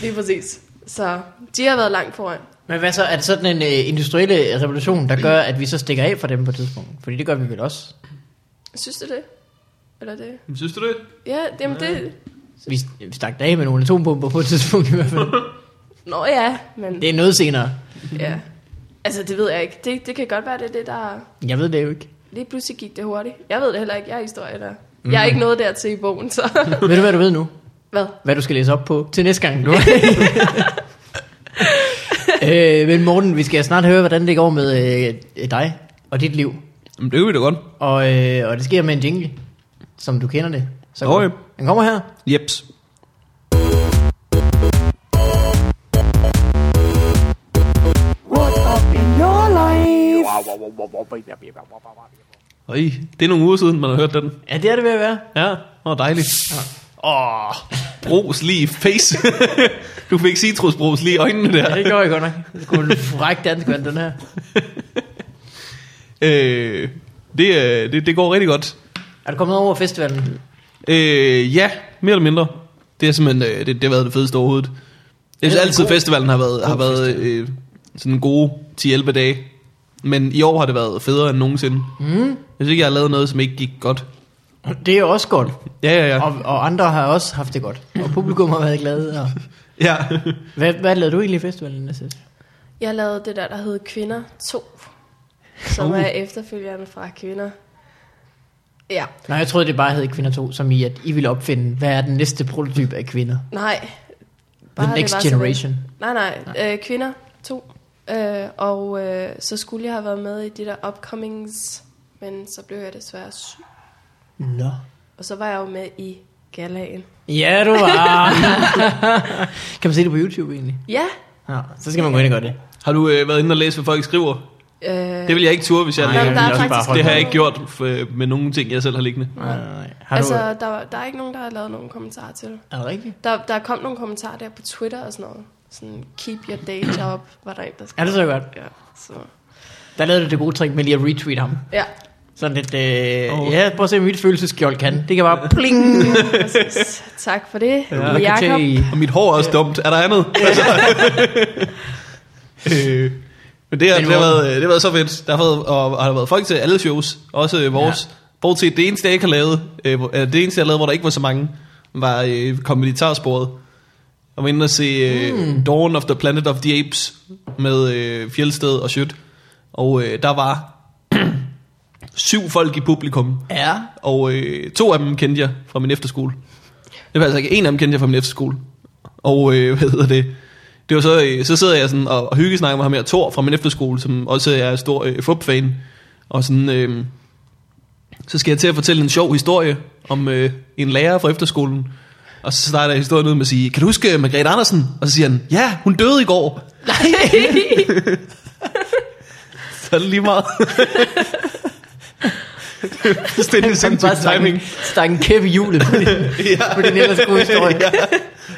Lige præcis. Så de har været langt foran.
Men hvad så, er det sådan en øh, industrielle revolution, der gør, at vi så stikker af fra dem på et tidspunkt? Fordi det gør vi vel også.
Synes du det? Eller det?
synes du det?
Ja, jamen det...
Vi, vi stak af med nogle atombomber på et tidspunkt i hvert fald.
Nå ja, men
Det er noget senere.
ja. Altså, det ved jeg ikke. Det, det kan godt være, det er det, der...
Jeg ved det jo ikke.
Lige pludselig gik det hurtigt. Jeg ved det heller ikke. Jeg er historie der. Mm.
Mhm.
Jeg er ikke nået dertil i
<laughs>
bogen, så...
Ved du, hvad du ved nu?
Hvad?
Hvad du skal læse op på til næste <laughs> gang. øh, men Morten, vi skal snart høre, hvordan det går med øh, dig og dit liv.
Jamen, det kan vi da godt.
Og, øh, og det sker med en jingle, som du kender det. Så
Okay.
Den kommer her.
Jeps.
What up in your life?
Øj, det er nogle uger siden, man har hørt den.
Ja, det er det ved at være.
Ja, det var dejligt. Åh, oh, brus lige i face. <laughs> du fik citrusbrus lige i øjnene
Ja,
der.
det gjorde jeg godt nok. Det skulle en fræk dansk vand, den her.
Øh, det, øh, det, det går rigtig godt.
Er du kommet over festivalen?
Øh, ja, mere eller mindre. Det er simpelthen, øh, det, det har været det fedeste overhovedet. Jeg
Det er
synes
en
altid,
god-
festivalen har været, har
god
været øh, sådan gode 10-11 dage. Men i år har det været federe end nogensinde. Mm. Jeg synes ikke, jeg har lavet noget, som ikke gik godt.
Det er jo også godt.
Ja, ja, ja.
Og, og andre har også haft det godt. Og publikum har været glade. Og...
ja. <laughs>
Hvad, hvad lavede du egentlig i festivalen, Nassis?
Jeg lavede det der, der hed Kvinder 2. Som
Uh.
er efterfølgerne fra Kvinder. Ja.
Nej, jeg troede, det bare hed Kvinder 2, som i, at I ville opfinde, hvad er den næste prototype af kvinder?
Nej.
The
det
next
var sådan.
generation.
Nej, nej. Øh, kvinder 2. Øh, og øh, så skulle jeg have været med i de der upcomings. Men så blev jeg desværre syg.
Nå.
Og så var jeg jo med i galaen.
Ja, du var. <laughs> kan man se det på YouTube egentlig?
Ja.
Ja, så skal man gå ind og gøre det.
Har du øh, været inde og læse, hvad folk skriver?
Øh,
Det vil jeg ikke ture, hvis jeg...
Nej,
Nej,
jeg
Jamen, der
ville
er
også bare
faktisk
holde
det har jeg
noget-
ikke gjort øh, med nogen ting, jeg selv har liggende.
Nej, nej, nej. Har altså... du...
Altså, der, var- der er ikke nogen, der har lavet nogen kommentarer til.
Er det rigtigt?
Der, der kom nogle kommentarer der på Twitter og sådan noget. Sådan, keep your day job, var der en, der skrev.
Er det så godt?
Ja, så.
Der lavede du det gode trick med lige at retweet ham.
Ja,
Sådan lidt, øh,
Åh.
oh. ja, prøv at se, om mit følelseskjold kan. Det kan bare pling.
præcis. tak for det,
Ja.
ja. Jacob.
Og mit hår er også dumt. Er der andet? Altså. <laughs> øh, men det har,
Men
det, har
hvor-
været, øh, det har været så fedt. Der har været, og, og har været folk til alle shows, også øh, vores. Ja. Bortset det eneste, jeg ikke har lavet, øh, hvor- øh, det eneste, jeg lavede, hvor der ikke var så mange, var øh, kommentarsporet. Jeg var inde og se øh, Dawn of the Planet of the Apes med øh, Fjeldsted og Schødt. Og øh, der var <clears throat> syv folk i publikum,
Ja.
og øh, to af dem kendte jeg fra min efterskole. Det var altså ikke, en af dem kendte jeg fra min efterskole. Og øh, hvad hedder det? Det var så, øh, så sidder jeg sådan og, og hyggesnakker med ham her, Thor fra min efterskole, som også er stor øh, fub-fan. Og sådan, øh, så skal jeg til at fortælle en sjov historie om øh, en lærer fra efterskolen. Og så starter jeg historien ud med at sige, kan du huske øh, Margrethe Andersen? Og så siger han, ja, hun døde i går. <laughs>
<laughs>
Så er det lige
<laughs>
meget. Fuldstændig
Han
sindssyg
bare stak en,
timing. <laughs>
stak en kæp i hjulet på din, på din ellers gode historie.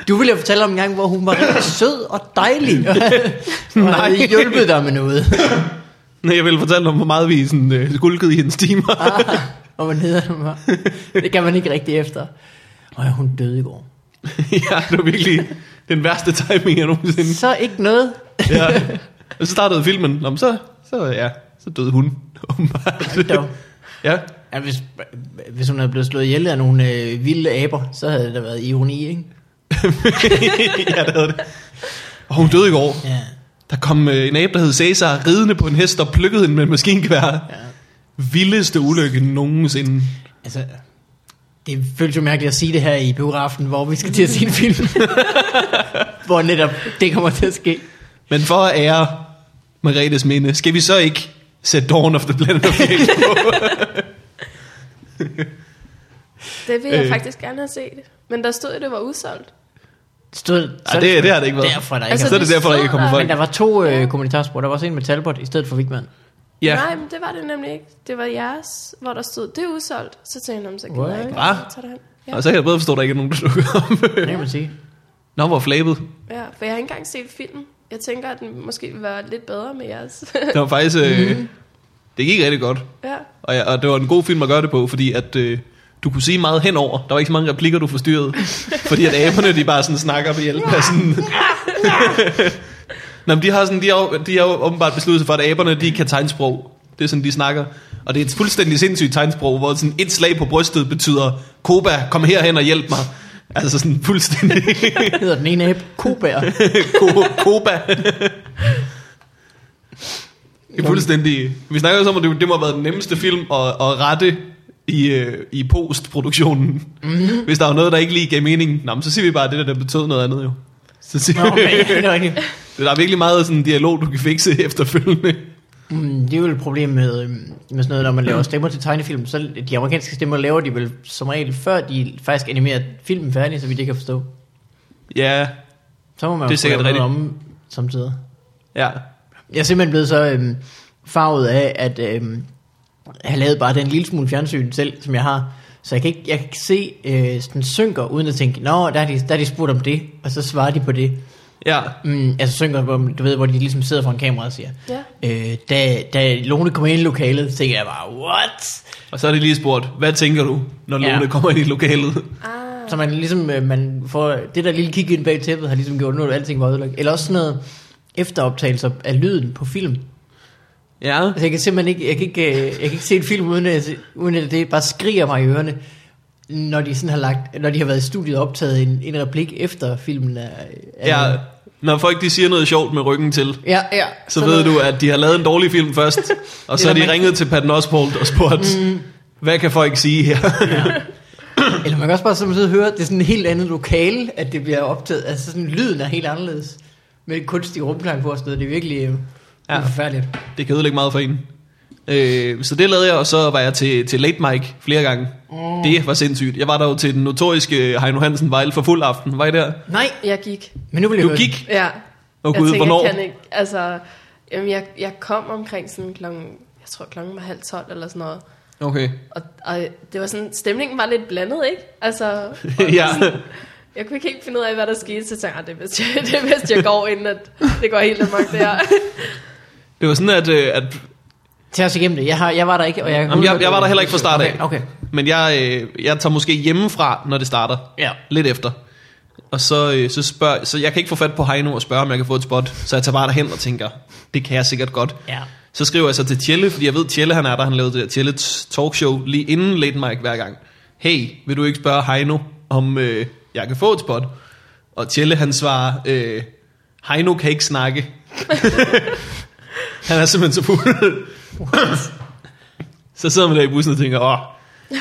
Du ville jo fortælle om en gang, hvor hun var rigtig sød og dejlig. Og <laughs> Nej.
Nej.
hjulpet dig med noget.
Nej, jeg ville fortælle om, hvor meget vi sådan, øh, skulkede i hendes timer.
Ah, og <laughs> hvor nederen hun var. Det kan man ikke rigtig efter. Og ja, hun døde i går.
<laughs> ja, det var virkelig den værste timing, jeg nogensinde.
Så ikke noget.
Ja. Og så startede filmen. Nå, men så, så, ja, så døde hun, <laughs> åbenbart.
dog.
<laughs> ja.
Ja, hvis, hvis hun havde blevet slået ihjel af nogle øh, vilde aber, så havde det da været ironi, ikke?
ja, det havde det. Og hun døde i går.
Ja.
Der kom øh, en abe, der hed Cæsar, ridende på en hest og plukkede hende med en maskingevær.
ja.
Vildeste ulykke nogensinde.
Altså, det føles jo mærkeligt at sige det her i biografen, hvor vi skal til at se en <laughs> film. hvor netop det kommer til at ske.
Men for at ære Margrethes minde, skal vi så ikke sætte Dawn of the Planet of the Apes på?
Det vil jeg
Øh.
øh. faktisk gerne have set. Men der stod, at det var udsolgt.
Stod,
Ej, det, det har det ikke været.
Derfor er der ikke
altså,
Altså,
så er det
det
derfor, der ikke
sidder
kommer
der.
folk.
Men der var to øh, kommentarspor. Der var også en med Talbot i stedet for Wigman.
Ja.
Nej, men det var det nemlig ikke. Det var jeres, hvor der stod, det er udsolgt. Så tænkte jeg, "Nå, men så gider
What?
jeg ikke.
Hva?
at tage derhen."
Og så kan jeg bedre forstå, at der ikke er nogen, der dukker op.
Det kan man sige.
Nå, hvor flabet.
Ja, ja, for jeg har ikke engang set filmen. Jeg tænker, at den måske vil være lidt bedre med jeres. <laughs>
Det var faktisk... Øh, det gik rigtig godt.
ja.
Og, ja, og det var en god film at gøre det på, fordi at... Øh, du kunne sige meget henover. Der var ikke så mange replikker, du forstyrrede. fordi at aberne, de bare sådan snakker på hjælp af sådan... Nå, men de har, sådan, de, har, jo- de har jo åbenbart besluttet sig for, at aberne, de kan tegnsprog. Det er sådan, de snakker. Og det er et fuldstændig sindssygt tegnsprog, hvor sådan et slag på brystet betyder, Koba, kom herhen og hjælp mig. Altså sådan fuldstændig...
Hedder den ene abe Kobær.
Ko- Koba. Det er fuldstændig... Vi snakker også om, at det, det må have været den nemmeste film at, at rette i, øh, i postproduktionen. Mm. Hvis der var noget, der ikke lige gav mening, nå, men så siger vi bare, at det der, der betød noget andet jo. Så siger,
Nå, okay,
okay.
det er rigtigt.
<laughs> der er virkelig meget sådan dialog, du kan fikse <laughs> efterfølgende.
Mm, det er jo et problem med, øhm, med sådan noget, når man laver stemmer til tegnefilm. Så de amerikanske stemmer laver de vel som regel, før de faktisk animerer filmen færdig, så vidt jeg kan forstå.
Ja,
Så må man
Det er
jo
sikkert
prøve noget
rigtigt.
om samtidig.
ja.
Jeg er simpelthen blevet så øhm, farvet af, at øhm, jeg har lavet bare den lille smule fjernsyn selv, som jeg har. Så jeg kan ikke, jeg kan ikke se øh, sådan synker, uden at tænke, nå, der har de, der har de spurgt om det, og så svarer de på det.
Ja,
Mm, altså synker, hvor, du ved, hvor de ligesom sidder foran kameraet og siger,
Ja.
øh, da, da Lone kom ind i lokalet, tænkte jeg bare, what?
og så er det lige spurgt, hvad tænker du, når
Ja.
Lone kommer ind i lokalet?
Ah,
Så man ligesom, øh, man får det der lille kig ind bag tæppet, har ligesom gjort noget, alting var ødelagt. Eller også sådan noget efteroptagelser af lyden på film.
Ja,
Altså, jeg kan simpelthen ikke, jeg kan ikke, øh, jeg kan ikke se en film, uden at, uden at det bare skriger mig i ørerne, når de, sådan har lagt, når de har været i studiet og optaget en, en replik efter filmen er... er
ja. Når folk de siger noget sjovt med ryggen til,
ja, ja.
så ved du, at de har lavet en dårlig film først, og så har
Eller
de
man-
ringet til Patton Oswalt og spurgt, hvad kan folk sige her?
Eller man kan også bare samtidig høre, at det er sådan et helt andet lokale, at det bliver optaget. Altså sådan, lyden er helt anderledes. Med kunstig rumklang på og sådan noget. Det er virkelig øh,
Ja.
ja. forfærdeligt.
Det kan ødelægge meget for en. Øh, så det lavede jeg, og så var jeg til, til Late Mike flere gange. Mm. Det var sindssygt. Jeg var der jo til den notoriske Heino Hansen Vejle for fuld aften. Var I der?
Nej,
jeg gik.
men nu vil jeg
Du
høre den.
gik?
Ja.
Åh
jeg
gud, hvornår?
Jeg kan ikke, altså, jamen, jeg, jeg kom omkring sådan klokken, jeg tror klokken var halv tolv eller sådan noget.
Okay.
Og, og det var sådan, stemningen var lidt blandet, ikke? Altså,
<laughs>
og
ja.
sådan, jeg kunne ikke helt finde ud af, hvad der skete, så tænkte jeg, "Ah, det er bedst, jeg, <laughs> det er bedst, jeg går, inden at det går helt amok, det her.
Det var sådan, at, øh, at
Tag os igennem det. Jeg, har, jeg var der ikke, og jeg...
Jamen, jeg- jeg var der heller ikke fra start af.
Okay, okay.
men jeg, øh, jeg tager måske hjemmefra, når det starter.
Ja.
Lidt efter. Og så, øh, så, spørg, så jeg kan ikke få fat på Heino og spørge, om jeg kan få et spot. Så jeg tager bare derhen og tænker, det kan jeg sikkert godt.
Ja.
Så skriver jeg så til Tjelle, fordi jeg ved, Tjelle han er der, han lavede det der Tjelle talkshow lige inden Late Mike hver gang. Hey, vil du ikke spørge Heino, om øh, jeg kan få et spot. Og Tjelle han svarer, øh, Heino kan ikke snakke. <laughs> han er simpelthen så fuld. <laughs> så sidder man der i bussen og tænker, åh,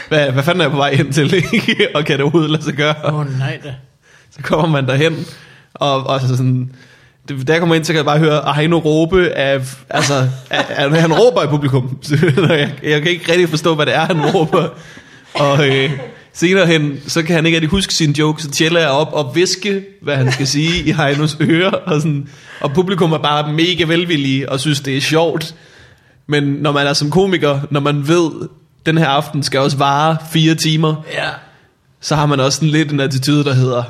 hvad, hvad fanden er jeg på vej hen til? <laughs> ikke? og kan det overhovedet lade sig gøre?
Åh oh, nej da.
Så kommer man derhen, og, og så sådan, det- da jeg kommer ind, så kan jeg bare høre Heino råbe af, altså, af, af, han råber i publikum. <laughs> Så jeg, jeg kan ikke rigtig forstå, hvad det er, han råber. Og øh, senere hen, så kan han ikke rigtig huske sin joke, så Tjella er op og viske, hvad han skal sige i Heinos ører. Og, sådan, og publikum er bare mega velvillige og synes, det er sjovt. Men når man er som komiker, når man ved, den her aften skal også vare fire timer,
Ja.
så har man også sådan lidt en attitude, der hedder,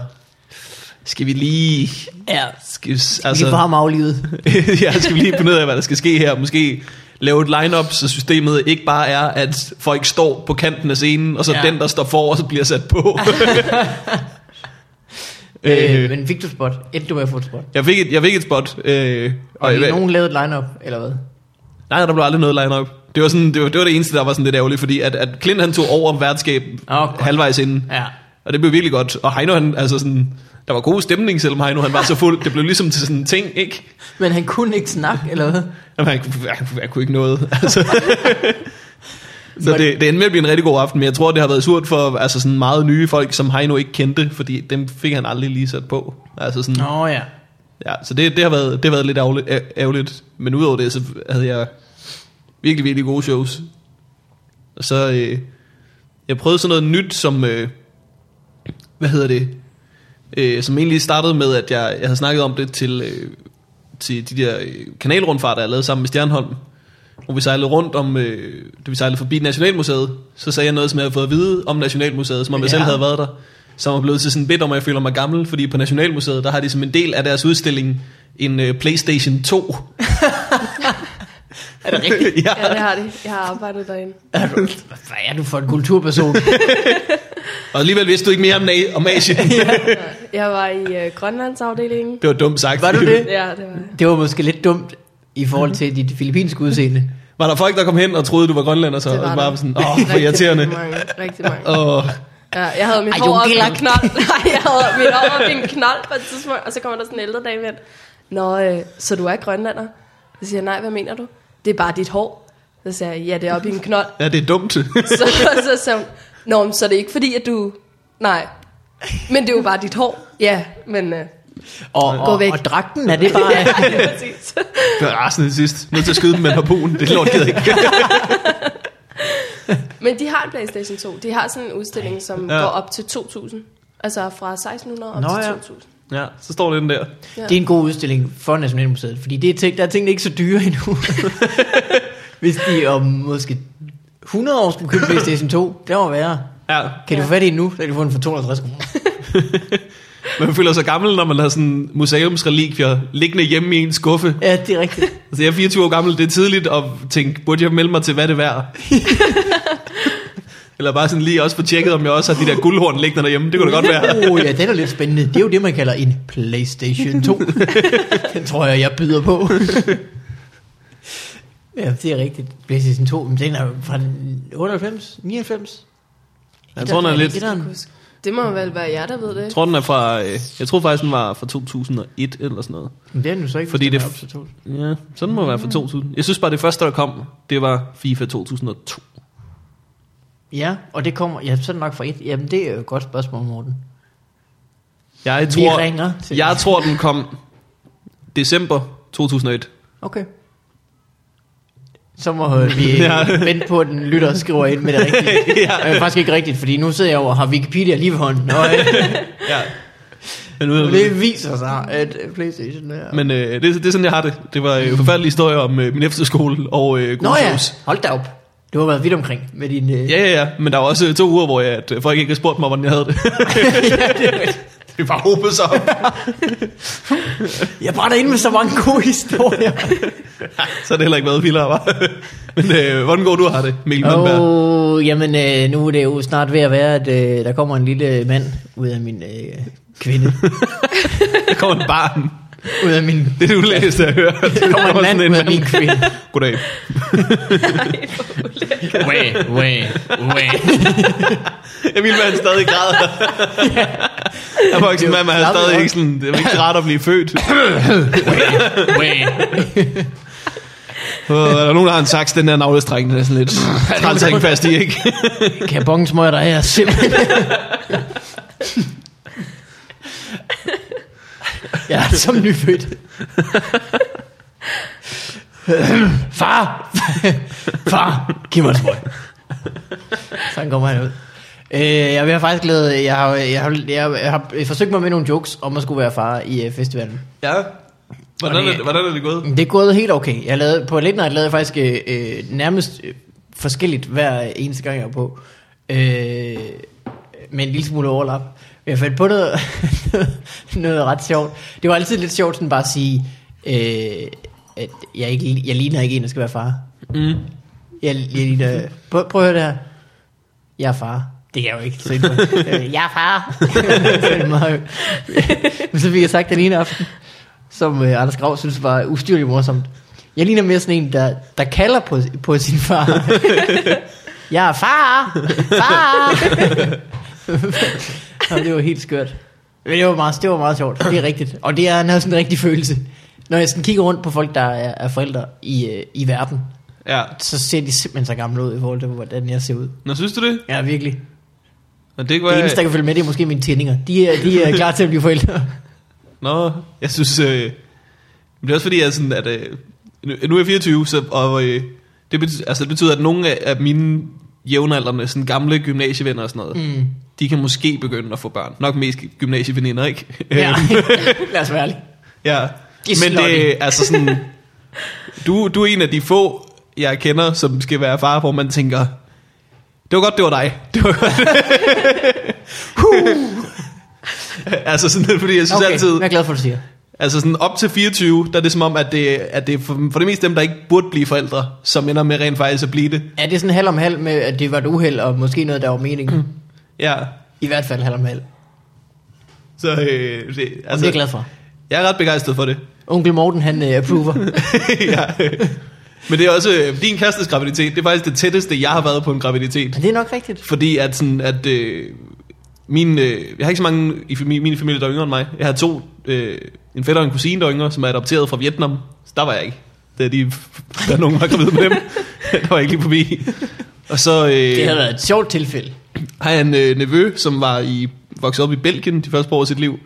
skal vi lige...
Ja.
Skal, vi s-
Altså, vi får ham aflivet.
<laughs> ja, skal vi lige finde ud af, hvad der skal ske her. Måske lave et line-up, så systemet ikke bare er, at folk står på kanten af scenen, og så
Ja.
ja. den, der står forrest, bliver sat <laughs> på.
øh,
øh,
men fik du spot? Et du med at få et spot.
jeg, fik et, jeg fik et spot. Øh, og
Og
jeg,
I
nogen...
nogen lavet et line-up, eller hvad?
Nej, der blev aldrig noget line-up. Det var, sådan, det, var, det var det eneste, der var sådan lidt ærgerligt, fordi at, at Clint han tog over værtskab
Åh, godt.
halvvejs inden.
Ja.
Og det blev virkelig godt. Og Heino, han, altså sådan, der var god stemning, selvom Heino han var så fuld. Det blev ligesom til sådan en ting, ikke?
Men han kunne ikke snakke, eller hvad?
Jamen, jeg, kunne- jeg, kunne- jeg kunne ikke noget. <laughs> Altså. så
Men-
det, det endte med at blive en rigtig god aften, men jeg tror, det har været surt for altså sådan meget nye folk, som Heino ikke kendte, fordi dem fik han aldrig lige sat på. Altså sådan,
Nå ja.
ja, så det, det, har været, det har været lidt ærgerligt, æ- ærgerligt, men udover det, så havde jeg virkelig, virkelig gode shows. Og så, øh, jeg prøvede sådan noget nyt, som, øh, hvad hedder det, øh, som egentlig startede med, at jeg, jeg havde snakket om det til, øh, til de der øh, kanalrundfarter, jeg lavede sammen med Stjernholm, hvor vi sejlede rundt om, øh, da vi sejlede forbi Nationalmuseet, så sagde jeg noget, som jeg havde fået at vide om Nationalmuseet, som om jeg
Ja.
ja. selv havde været der, som er blevet til sådan en bit om, at jeg føler mig gammel, fordi på Nationalmuseet, der har de som en del af deres udstilling en øh, Playstation 2.
Er det
<laughs>
rigtigt?
ja.
<laughs> Ja, det har det. Jeg har arbejdet derinde.
Er du, hvad fanden er du for en kulturperson?
Og alligevel vidste du ikke mere om, na- om <laughs> Asien.
Jeg var i øh, Grønlandsafdelingen.
Det var dumt sagt.
Var du det?
Ja, det var jeg.
Det var måske lidt dumt i forhold til dit filippinske udseende.
<laughs> Var der folk, der kom hen og troede, du var grønlander, så
Det
det
var
var og
der.
bare var sådan, åh, oh, hvor irriterende.
Rigtig mange. Rigtig mange.
Og
Ja, jeg havde mit
Ej,
hår
Jon
op i en
Gillard.
knold. <laughs> Nej, jeg havde mit hår op i en knold på et tidspunkt, og så kommer der sådan en ældre dame ind. Nå, øh, så du er grønlander? Så siger jeg, nej, hvad mener du? Det er bare dit hår. Så siger jeg, ja, det er op i en knold.
ja, det er <laughs> dumt.
<laughs> Så, så siger hun, nå, men så er det ikke fordi, at du... Nej, men det er jo bare dit hår. Ja, men... Øh,
Og,
Gå
og,
væk.
og dragten, er det bare...
ja, <laughs> det er præcis.
Det var rasende til sidst. Nødt til at skyde dem med en harpun. Det lort gider ikke.
Men de har en Playstation 2. De har sådan en udstilling, som
Ja.
går op til 2.000. Altså fra 1600 op
Nå,
til
ja.
2.000.
<laughs> Ja, så står den der.
Det er en god udstilling for Nationalmuseet, fordi det er ting, der er tingene ikke så dyre <laughs> endnu. Hvis de om måske 100 år skulle købe Playstation 2, det var værre.
Ja,
Kan du få fat i den nu, så kan du få den for 250 kroner.
man føler sig gammel, når man har sådan museumsrelikvier liggende hjemme i en skuffe.
Ja, det er rigtigt.
Altså, jeg er 24 år gammel, det er tidligt, og tænkte, burde jeg melde mig til, hvad det er
<laughs>
værd? Eller bare sådan lige også få tjekket, om jeg også har de der guldhorn liggende derhjemme. Det kunne da godt være.
Oh, ja, den er lidt spændende. Det er jo det, man kalder en Playstation <laughs> 2. den tror jeg, jeg byder på. ja, det er rigtigt. Playstation 2, men den er jo fra 98, 99.
Jeg tror, den er lidt...
Etteren.
Det må vel være jer, der ved det.
Jeg tror, den er fra... Øh, jeg tror faktisk, den var fra 2001 eller sådan noget.
Men det er den jo så ikke,
Fordi
hvis den
det-
er op til 2000.
Ja, så den må være fra 2000. Jeg synes bare, det første, der kom, det var FIFA 2002.
Ja, og det kommer, ja, så er det nok fra et. Jamen, det er jo et godt spørgsmål, Morten.
Jeg
Vi
tror,
ringer til...
jeg tror den kom december 2001.
Okay. Så må øh, vi
Ja.
<laughs> ja. vente på, at den lytter og skriver ind med det rigtige. <laughs> ja. øh, faktisk ikke rigtigt, fordi nu sidder jeg over og har Wikipedia lige ved hånden, og øh,
Ja. Men, nu,
det viser sig, at øh, Playstation er...
men øh, det, det er sådan, jeg har det. Det var øh, forfærdelige historier om øh, min efterskole og øh,
Nå
gode
ja,
shows.
hold da op. Du har været vidt omkring med din... Øh...
Ja, ja, ja. Men der var også øh, to uger, hvor jeg, at øh, folk ikke havde spurgt mig, hvordan jeg havde
<laughs>
det. det var håbet så.
Jeg brænder ind med så mange gode <laughs> historier.
<laughs> så har det heller ikke været vildere, var. <laughs> Men øh, hvordan går du har det, Mikkel Mønberg?
Oh, jamen, øh, nu er det jo snart ved at være, at øh, der <laughs> kommer en lille mand ud af min øh, kvinde.
Der kommer en barn.
ud af min...
Det er det ulækkeste, jeg hører. Der
Kommer en mand
sådan
ud af min kvinde.
Goddag.
Ej, hvor ulækkert.
Way, way, way.
Jeg ville være, han stadig
<laughs>
græder. Jeg var ikke sådan,
Det er
man, man
jo
havde
klappet
stadig
op.
ikke sådan, det var ikke så rart at blive
<coughs>
født.
way.
Uh, er der nogen, der har en saks, den der navlestræng, den er sådan lidt træls at hænge fast i, ikke?
Kan jeg bonge smøger dig her simpelthen? Jeg er som nyfødt. Far! Far! Giv mig en smøg. Sådan kommer han ud. Øh, jeg har faktisk lavet, jeg har, jeg, har, jeg, har, jeg har forsøgt mig med nogle jokes om at skulle være far i øh, festivalen.
Ja. Hvordan
Og det-
er, hvordan er det gået?
Det er gået helt okay. Jeg lavede, på Late Night lavede jeg faktisk øh, øh, nærmest øh, forskelligt hver eneste gang, jeg var på. Øh, med en lille smule overlap. Men Jeg fandt på noget, <laughs> noget ret sjovt. Det var altid lidt sjovt sådan bare at sige, øh, at jeg, ikke, jeg ligner ikke en, der skal være far.
Mm.
Jeg, jeg ligner... Prøv, prøv at høre det her. Jeg er far. Det kan jeg jo ikke se på. <laughs> Øh, jeg er far. Så er det meget- Men så fik jeg sagt den ene aften, som øh, Anders Grav synes var ustyrligt morsomt. Jeg ligner mere sådan en, der, der kalder på, på sin far. jeg er far. Far. Jamen, det var helt skørt. Men det var, meget, det var meget sjovt. Det er rigtigt. Og det er han har sådan en rigtig følelse. Når jeg sådan kigger rundt på folk, der er, er forældre i, øh, i verden,
Ja.
så ser de simpelthen så gamle ud i forhold til, hvordan jeg ser ud.
Nå, synes du det?
Ja, virkelig.
Og det, ikke var,
Det eneste, der kan følge med, det er måske mine tændinger. De er, de er klar til at blive forældre.
Nå, jeg synes... Øh, men det er også fordi, jeg er sådan, at... Øh, nu nu er jeg 24, så, og øh, det, betyder, altså, det betyder, at nogle af, af mine jævnaldrende, sådan gamle gymnasievenner og sådan noget, mm. de kan måske begynde at få børn. Nok mest gymnasieveninder, ikke?
Ja. <laughs>
Øhm,
Lad os være ærlige.
<laughs> ja.
De er
Men det
slutty.
er altså sådan... Du, du er en af de få, jeg kender, som skal være far, hvor man tænker... Det var godt, det var dig. <laughs> Det var
<laughs>
godt. Huh. altså sådan, fordi jeg synes
Okay,
altid...
jeg er glad for, at du siger.
Altså sådan op til 24, der er det som om, at det, at det er for, for det meste dem, der ikke burde blive forældre, som ender med rent faktisk at blive det.
Er det sådan halv om halv med, at det var et uheld, og måske noget, der var meningen? Mm.
Ja,
I hvert fald halv om halv. Altså,
så øh, det,
det er
altså,
jeg glad for.
jeg er ret begejstret for det. <laughs>
Onkel Morten, han uh, approver.
ja. Men det er også, øh, din kærestes graviditet, det er faktisk det tætteste, jeg har været på en graviditet.
<laughs> Men det er nok rigtigt.
Fordi at sådan, at øh, min, øh, jeg har ikke så mange i fami- min familie, der er yngre end mig. Jeg har to, øh, en fætter og en kusine, der er yngre, som er adopteret fra Vietnam. Så der var jeg ikke. Da, de, <laughs> da nogen var gravid med dem, <laughs> der var jeg ikke lige forbi. Og så, øh,
Det har været et sjovt tilfælde.
har jeg en øh, nevø, som var i, vokset op i Belgien de første par år af sit liv,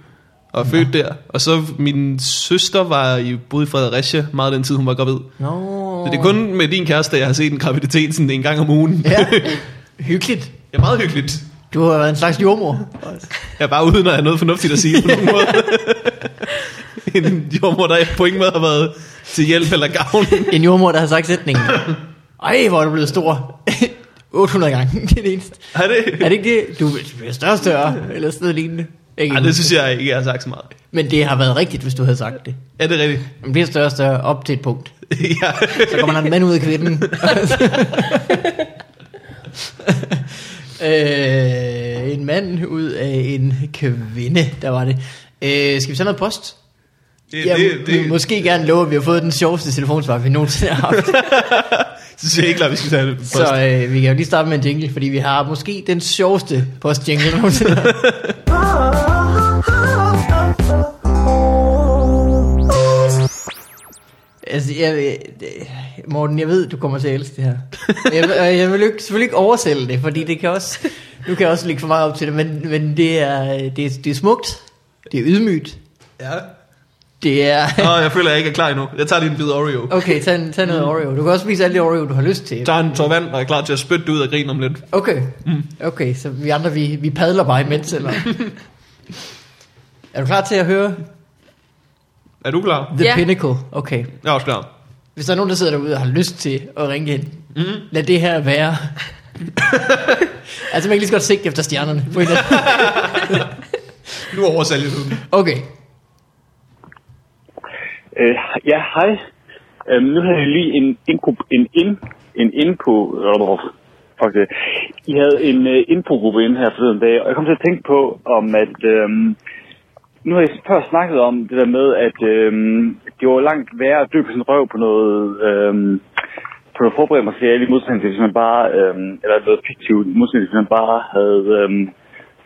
og er født der. Og så min søster var i, boede i Fredericia meget af den tid, hun var gravid.
Nå.
Så det er kun med din kæreste, jeg har set en graviditet sådan en gang om ugen.
Ja. Hyggeligt.
<laughs> det er meget hyggeligt.
Du har været en slags <laughs> jordmor.
Jeg er bare uden at have noget fornuftigt at sige på nogen måde. <laughs> en jordmor, der på ingen måde har været til hjælp eller gavn.
En jordmor, der har sagt <laughs> sætningen. Ej, hvor er du blevet stor. <laughs> 800 gange, <laughs> det er det eneste.
Er det?
Er det ikke det? Du bliver større og større, eller sådan noget lignende. Ikke?
Ej, det synes jeg ikke, jeg har sagt så meget.
Men det har været rigtigt, hvis du havde sagt det.
Er det rigtigt? <laughs>
Man bliver større og større op til et punkt.
ja.
Så kommer der en mand ud
<laughs>
af kvinden. øh, en mand ud af en kvinde, der var det. Øh, skal vi sende noget post?
Det,
Jeg
det,
vil
det,
måske gerne love, at vi har fået den sjoveste telefonsvar, vi nogensinde har haft.
synes jeg ikke, klart, vi skal tage det på
Så øh, vi kan jo lige starte med en jingle, fordi vi har måske den sjoveste postjingle nogensinde.
oh,
Altså, jeg, øh, Morten, jeg ved, du kommer til at elske det her. Jeg, og jeg vil jo ikke, selvfølgelig ikke oversælge det, fordi det kan også, nu kan jeg også ligge for meget op til det, men, men det, er, øh, det, er, det er smukt, det er ydmygt,
Ja.
det er...
Nå, jeg føler, jeg ikke er klar endnu. Jeg tager lige en bid Oreo.
Okay, tag, en- tag noget Oreo. Du kan også spise alle de Oreo, du har lyst til.
tager en tår vand og er klar til at spytte det ud og grine om lidt.
Okay, okay, så vi andre, vi, vi padler bare imens, eller? Er du klar til at høre
Er du klar?
The
Ja.
Pinnacle? Okay.
Jeg er også klar.
Hvis der er nogen, der sidder derude og har lyst til at ringe ind, mm.
Mm-hmm.
lad det her være. altså, man kan lige så godt sigte efter stjernerne. På en eller anden-
Nu oversælger du den. <laughs>
okay,
Øh, ja, hej. Øhm, nu havde jeg lige en indgruppe, en ind, en ind på, øh, fuck det. I havde en øh, infogruppe inde her forleden dag, og jeg kom til at tænke på, om at øhm, nu har jeg før snakket om det der med, at øhm, det var langt værre at dø på sin røv på noget, øhm, på noget forberedt materiale i modsætning til, hvis man bare, øhm, eller noget fiktivt i modsætning til, hvis man bare havde øhm,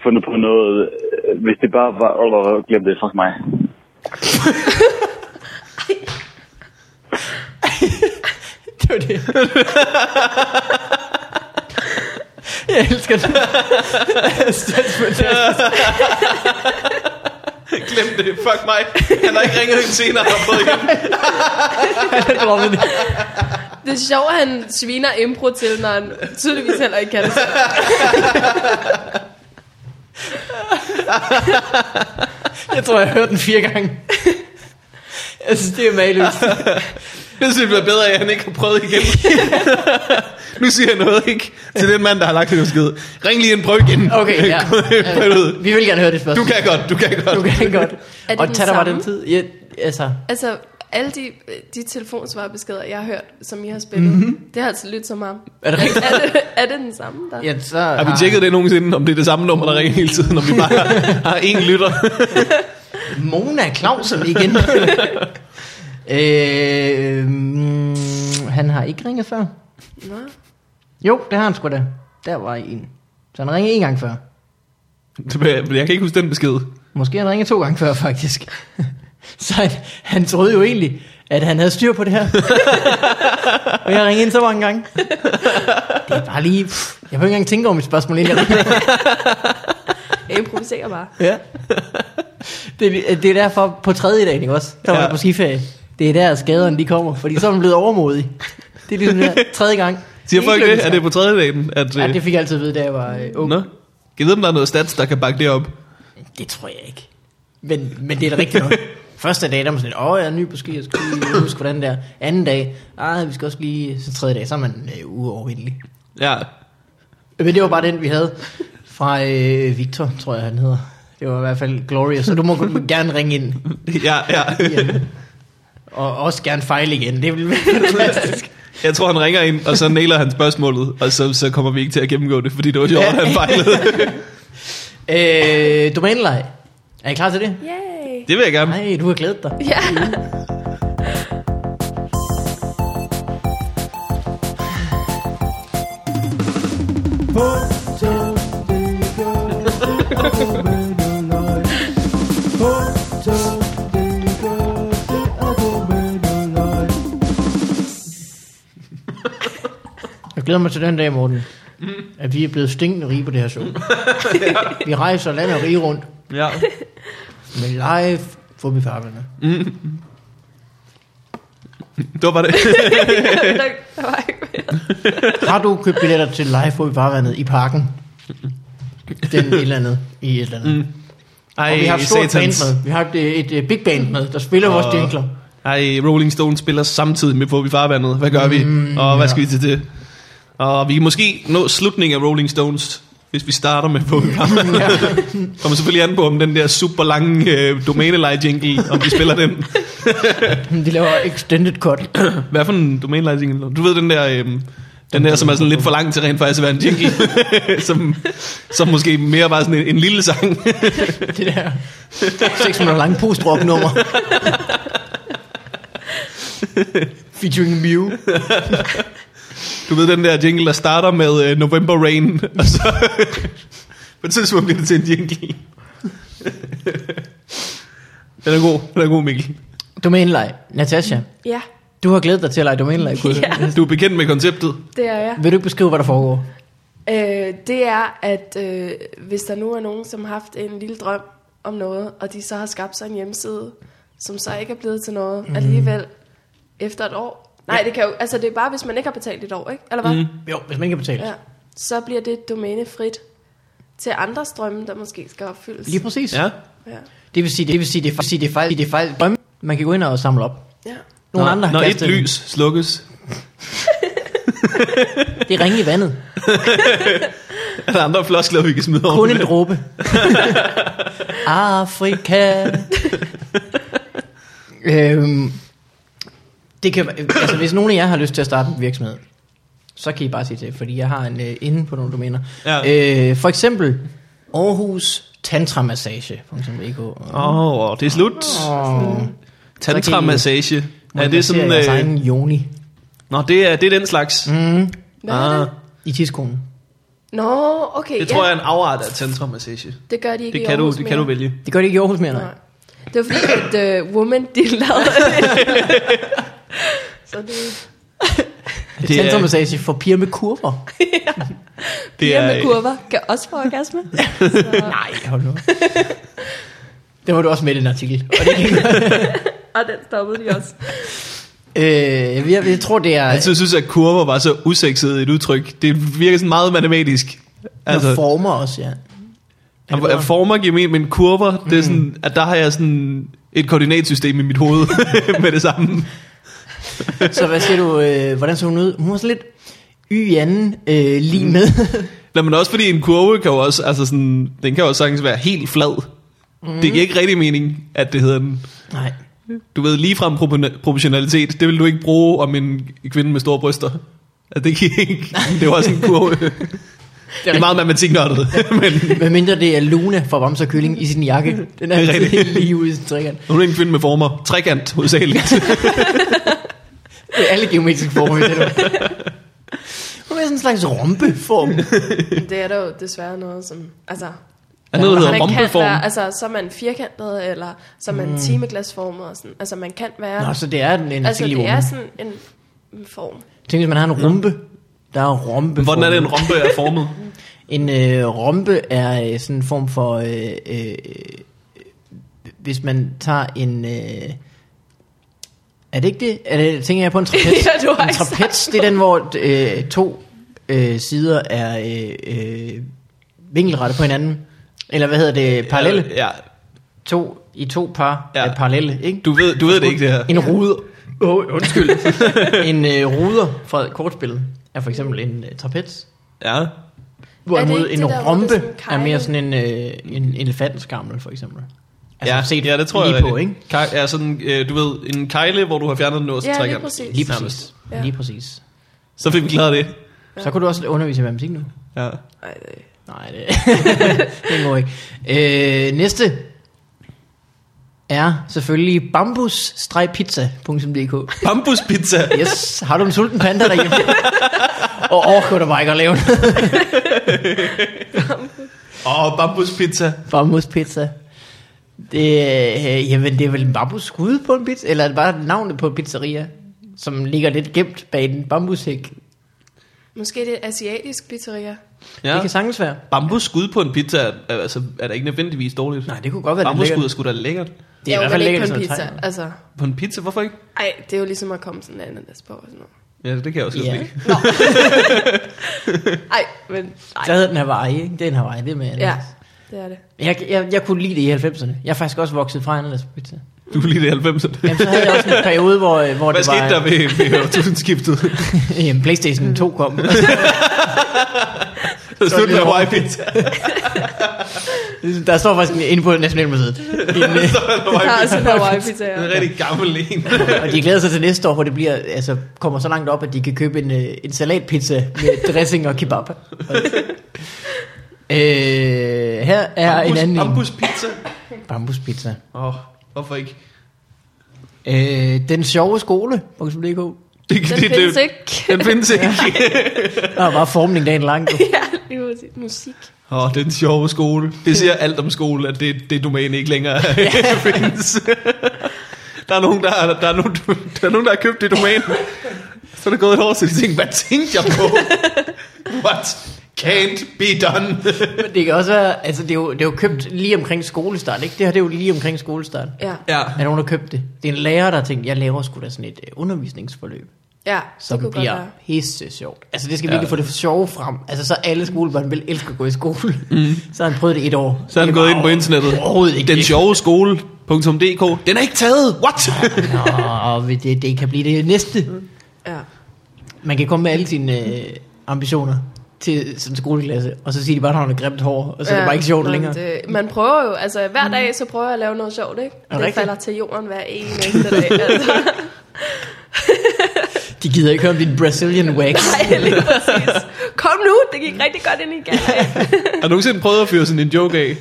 fundet på noget, øh, hvis det bare var, eller glem det, fuck mig.
Det var det. Jeg elsker det.
Glem det, fuck mig. Han har ikke ringet ind senere, han har fået igen.
Han er droppet det.
Det er sjovt, at han sviner impro til, når han tydeligvis heller ikke kan det. selv.
Jeg tror, jeg har hørt den fire gange. Jeg synes, det er mageløst.
Det synes jeg bliver bedre, af, at han ikke har prøvet
<laughs>
igen. nu siger jeg noget, ikke? Til den mand, der har lagt det besked. Ring lige ind, prøv igen.
Okay, ja.
<laughs> Prøv det ud.
Vi vil gerne høre det
Du
spørgsmål.
kan godt, du kan godt.
Du kan godt.
det
Og
den
tag dig bare
samme?
den tid. Ja, altså,
Altså, alle de, de telefonsvarbeskeder, jeg har hørt, som I har spillet, mm-hmm. det har altså lyttet som ham.
er det rigtigt?
Er det, er det den samme? Der?
Ja, så
Har vi tjekket det nogensinde, om det er det samme nummer, der ringer hele tiden, om vi
<laughs>
bare har- har én lytter?
Mona Clausen igen. øh, mm, han har ikke ringet før.
Nå.
Jo, det har han sgu da. Der var en. Så han ringede en gang før.
Men Jeg kan ikke huske den besked.
Måske har han ringet to gange før, faktisk. <laughs> så han, han troede jo egentlig, at han havde styr på det her. og jeg ringede ind så mange gange. det er bare lige... Pff, jeg behøver ikke engang tænke over mit spørgsmål, inden jeg ringer.
Jeg improviserer bare.
ja. det, er- øh, det er derfor på tredje dagen, ikke også? Der var
Ja.
jeg på skiferie. Det er der, skaderne de kommer, fordi så er man blevet overmodig. Det er ligesom der, tredje gang.
Siger
er
folk
ikke
det?
lykkes
Er det på tredje dagen? At,
Ja, det fik jeg altid at vide, da jeg var øh, ung.
Nå? Jeg ved, om der er noget stats, der kan bakke det op.
Det tror jeg ikke. Men, men det er da
<laughs>
rigtigt nok. Første dag, der er man sådan lidt, åh, jeg er ny på ski, jeg skal lige huske, hvordan det er. Anden dag, ah, vi skal også lige, så tredje dag, så er man øh, uovervindelig.
Ja.
Men det var bare den, vi havde fra øh, Victor, tror jeg, han hedder. Det var i hvert fald Glorious, så du må gerne ringe ind.
Ja,
<laughs>
ja.
Og også gerne fejle igen, det ville være fantastisk.
Jeg tror, han ringer ind, og så nailer han spørgsmålet, og så, så kommer vi ikke til at gennemgå det, fordi det var sjovt, han
<laughs>
fejlede.
Øh, domænelej. Er I klar til det?
Yay!
Det vil jeg gerne.
Nej, du har glædet dig.
Ja.
oh,
Jeg glæder mig til den dag, Morten, at vi er blevet stinkende rige på det her show. Vi rejser land og rige rundt
Ja.
med live fobifarverne.
Det var bare det.
<laughs> der, der var ikke mere.
Har du købt billetter til live fobifarvandet i parken? Den et eller andet i et eller andet. Mm.
Ej,
Og vi har et stort
satans.
band med. Vi har et, et, øh, big band med, der spiller vores
Og-
dinkler.
Ej, Rolling Stones spiller samtidig med Bobby Farvandet. Hvad gør vi?
Mm,
og hvad
ja.
skal vi til det? Og vi kan måske nå slutningen af Rolling Stones, hvis vi starter med Bobby Farvandet.
Ja.
Kommer selvfølgelig an på, om den der super lange øh, domænelej-jingle, om vi spiller den.
De laver extended cut.
Hvad for en domænelej-jingle? Du ved den der... Øh, den der, som er sådan lidt for lang til rent faktisk at være en jingle. <laughs> som, som måske mere var sådan en, en lille sang.
<laughs> Det der 6 minutter lange post-rock
<laughs>
nummer. Featuring Mew.
Du ved den der jingle, der starter med øh, November Rain, <laughs> og så på et tidspunkt bliver det til en jingle. den er god, den er god Mikkel.
Domænelej. Natasha,
Ja,
du har glædet dig til at lege domænelej. kunne jeg høre.
Du er bekendt med konceptet.
det er jeg.
Vil du ikke beskrive, hvad der foregår?
Øh, det er, at øh, hvis der nu er nogen, som har haft en lille drøm om noget, og de så har skabt sig en hjemmeside, som så ikke er blevet til noget
Mhm.
mm. alligevel efter et år. Nej, ja. det kan jo, altså det er bare, hvis man ikke har betalt et år, ikke? Eller hvad?
Mhm.
Mm.
Jo, hvis man ikke kan betale.
Ja. Så bliver det domænefrit til andres drømme, der måske skal opfyldes.
Lige præcis.
Ja.
Ja.
Det vil sige, det vil sige, det er fejl, det er fejl, det er fejl. Drømme. Man kan gå ind og samle op.
ja.
Nogle
når,
andre har
når et
kastet den.
lys slukkes,
Det er ringe i vandet.
er der andre floskler, vi kan smide over
Kun en
det.
dråbe. Afrika. øhm, det kan, altså, hvis nogen af jer har lyst til at starte en virksomhed, så kan I bare sige til, fordi jeg har en øh, inde på nogle domæner.
Ja.
Øh, for eksempel Aarhus tantramassage.dk. Oh.
Åh, oh, det er slut.
Oh.
Tantra-massage. Er det
Massere
sådan...
jeres
Øh...
egen yoni
Nå, det er, det er den slags. Mm.
Hvad er det?
i tidskonen?
Nå, okay.
Det
ja.
tror jeg er en afart af tantra-massage.
Det gør de ikke
Det
i
kan, du,
Aarhus
det
mere.
kan du vælge.
Det gør det ikke i Aarhus mere, nej.
Nej. Det var fordi, at uh, Woman, de lavede det.
<laughs>
Så det,
Det
Det
er
er-
tantramassage for piger med kurver.
Det
piger
er,
med kurver kan også få orgasme.
Nej, hold nu. det var du også med i den <laughs> artikel. Og det,
<laughs> Og den
<laughs>
stoppede de også.
øh, jeg, jeg tror, det er...
jeg synes, synes, at kurver var så usexet et udtryk. Det virker sådan meget matematisk.
altså,
Altså,
former også, ja. Er det Mm.
for,
bedre?
former giver mening, men kurver, det er sådan, at der har jeg sådan et koordinatsystem i mit hoved <laughs> med det samme.
Så hvad siger du, øh, hvordan så hun ud? Hun var sådan lidt y anden øh, lige med. <laughs>
Nå, men også fordi en kurve kan jo også, altså sådan, den kan jo også sagtens være helt flad. Mm. Det giver ikke rigtig mening, at det hedder den.
Nej.
Du ved, ligefrem propor- proportionalitet, det vil du ikke bruge om en kvinde med store bryster. Altså, det giver ikke. Det var også en
<laughs>
kurve. Det er meget matematiknørdet, men
Hvad mindre det er Luna fra Bamse og Kylling i sin jakke. Den er
Det er
altid
rigtigt.
helt <laughs> lige ude i sin trækant.
hun er en kvinde med former. Trekant, hovedsageligt.
Det er alle geometriske former. det er det. Hun er sådan en slags rompeform.
Men Det er der jo desværre noget, som... Altså,
Er noget, der
man
hedder
kan
rumpeform.
være, altså, så er man firkantet, eller så er man mm. timeglasformet. Og sådan. Altså, man kan være...
Nå, så det er den en
altså,
altså,
det
rumpe.
er
Er...
sådan en en form.
Tænk, hvis man har en rumpe. Der er rompe.
Hvordan er det, en rompe er formet?
En øh, rompe er øh, sådan en form for... Øh, øh, øh, hvis man tager en... Øh, er det ikke det? Er det tænker jeg
<laughs>
på en trapez?
Ja, du har
en
ikke sagt
trapez, det er den, hvor øh, to øh, sider er øh, øh, vinkelrette på hinanden. Eller hvad hedder det? Parallelle.
Ja,
To, I to par
Ja.
ja. er parallelle, ikke?
du ved, du ved det ikke, det her.
En rude. Oh, undskyld. <laughs> en øh, ruder fra et kortspil er for eksempel en øh, trapez.
Ja.
Er
Altså, Hvorimod
det ikke
en
det der, hvor
rompe
det er sådan
er mere
keglet?
sådan en, øh, en elefantskammel, for eksempel. Altså,
ja, ja, det tror
lige
jeg
på,
rigtigt.
ikke?
Ke- ja, sådan, øh, du ved, en kejle, hvor du har fjernet den øverste
Ja, lige
trekant.
præcis.
Lige præcis.
Nærmest.
Ja.
Ja.
Lige præcis.
Så fik vi klaret det.
Så kunne du også undervise i matematik nu.
Ja.
Ej, det,
Nej, det, <laughs> det går ikke. Øh, næste er selvfølgelig bambus-pizza.dk.
Bambuspizza.
Yes, har du en sulten panda
<laughs>
derhjemme? Og overgår du bare ikke at lave noget.
Åh, oh, bambuspizza.
Bambuspizza. Det, øh, jamen, det er vel en bambusskud på en pizza, eller er det bare navnet på en pizzeria, som ligger lidt gemt bag en bambushæk.
måske det er asiatisk pizzeria.
Ja.
Ja.
Det kan sagtens være.
Bambusskud på en pizza er, er- altså, er da ikke nødvendigvis dårligt.
Nej, det kunne godt være, det
Bambusskud
ligger.
er sgu da lækkert.
Det er i
jo,
hvert fald
men ikke
lækkert
på en
sådan
pizza.
noget tegn.
Altså,
På en pizza, hvorfor ikke?
ej, det er jo ligesom at komme sådan en ananas på og sådan noget.
Ja, det kan jeg også godt
Ja.
lide.
Nå. ej, men... Ej.
Der hedder den Hawaii, ikke? Det er en Hawaii, det er med ananas.
Ja,
Ja.
det er det.
Jeg, jeg, jeg kunne lide det i 90'erne. Jeg er faktisk også vokset fra ananas pizza.
Du kan lide det i 90'erne.
Jamen, så havde jeg også en periode, hvor, øh, hvor
Hvad
det var... øh,
skete der ved, ved
<laughs>
årtusindskiftet?
Jamen, Playstation 2 kom. <laughs>
Så
Så
slut med
lidt
Hawaii pizza.
der står faktisk en- inde på Nationalmuseet. En, øh,
Så er der
Jeg har
Hawaii
<laughs>
også
pizza.
en Hawaii-pizza.
En
ja.
rigtig gammel en.
og de glæder sig til næste år, hvor det bliver, altså, kommer så langt op, at de kan købe en, øh, en salatpizza med dressing og kebab. Og- øh, her er en anden en.
Bambuspizza.
Bambuspizza.
Åh, oh, hvorfor ikke?
Øh, den sjove skole, .dk.
Det,
Den findes ikke. <laughs>
Den findes ikke.
Der var bare formning dagen lang. du.
ja, lige præcis. Musik.
<laughs> Åh, oh, den sjove skole. Det siger alt om skole, at det, det domæne ikke længere
<laughs>
<laughs> findes. der, er nogen, der, har- der, er nogen, der er nogen, der har købt det domæne. Så er der gået et år, så de tænker, hvad tænkte jeg
<laughs>
på? What can't be done?
Men det kan også være, altså det er, jo, det er jo købt lige omkring skolestart, ikke? Det her det er jo lige omkring skolestart.
Ja,
ja,
Er nogen, der købte det? Det er en lærer, der har tænkt, jeg laver sgu da sådan et øh, undervisningsforløb,
ja.
som
det kunne godt
bliver
være.
pisse sjovt. Altså det skal
Ja.
virkelig få det sjove frem. Altså så alle skolebørn vil elske at gå i skole. Mm. <laughs> Så har han prøvet det et år.
så er han
Det
gået
var
ind på internettet.
Overhovedet ikke.
Den sjove skole.dk. Den er ikke taget.
<laughs>
What?
Nå, men det, det kan blive det næste.
Ja.
Man kan komme med alle sine øh, ambitioner til som skoleklasse, og så siger de bare, at han har grimt hår, og så ja, er det bare ikke sjovt
nå, Øh, men
længere.
Det, man prøver jo, altså hver dag, så prøver jeg at lave noget sjovt, ikke?
det
Det
rigtigt?
falder til jorden hver eneste dag. Altså, <laughs>
De gider ikke høre om din Brazilian
<laughs>
wax.
nej, lige
<laughs>
præcis. Kom nu, det gik rigtig godt ind i gang.
Har du nogensinde prøvet at fyre sådan en joke af?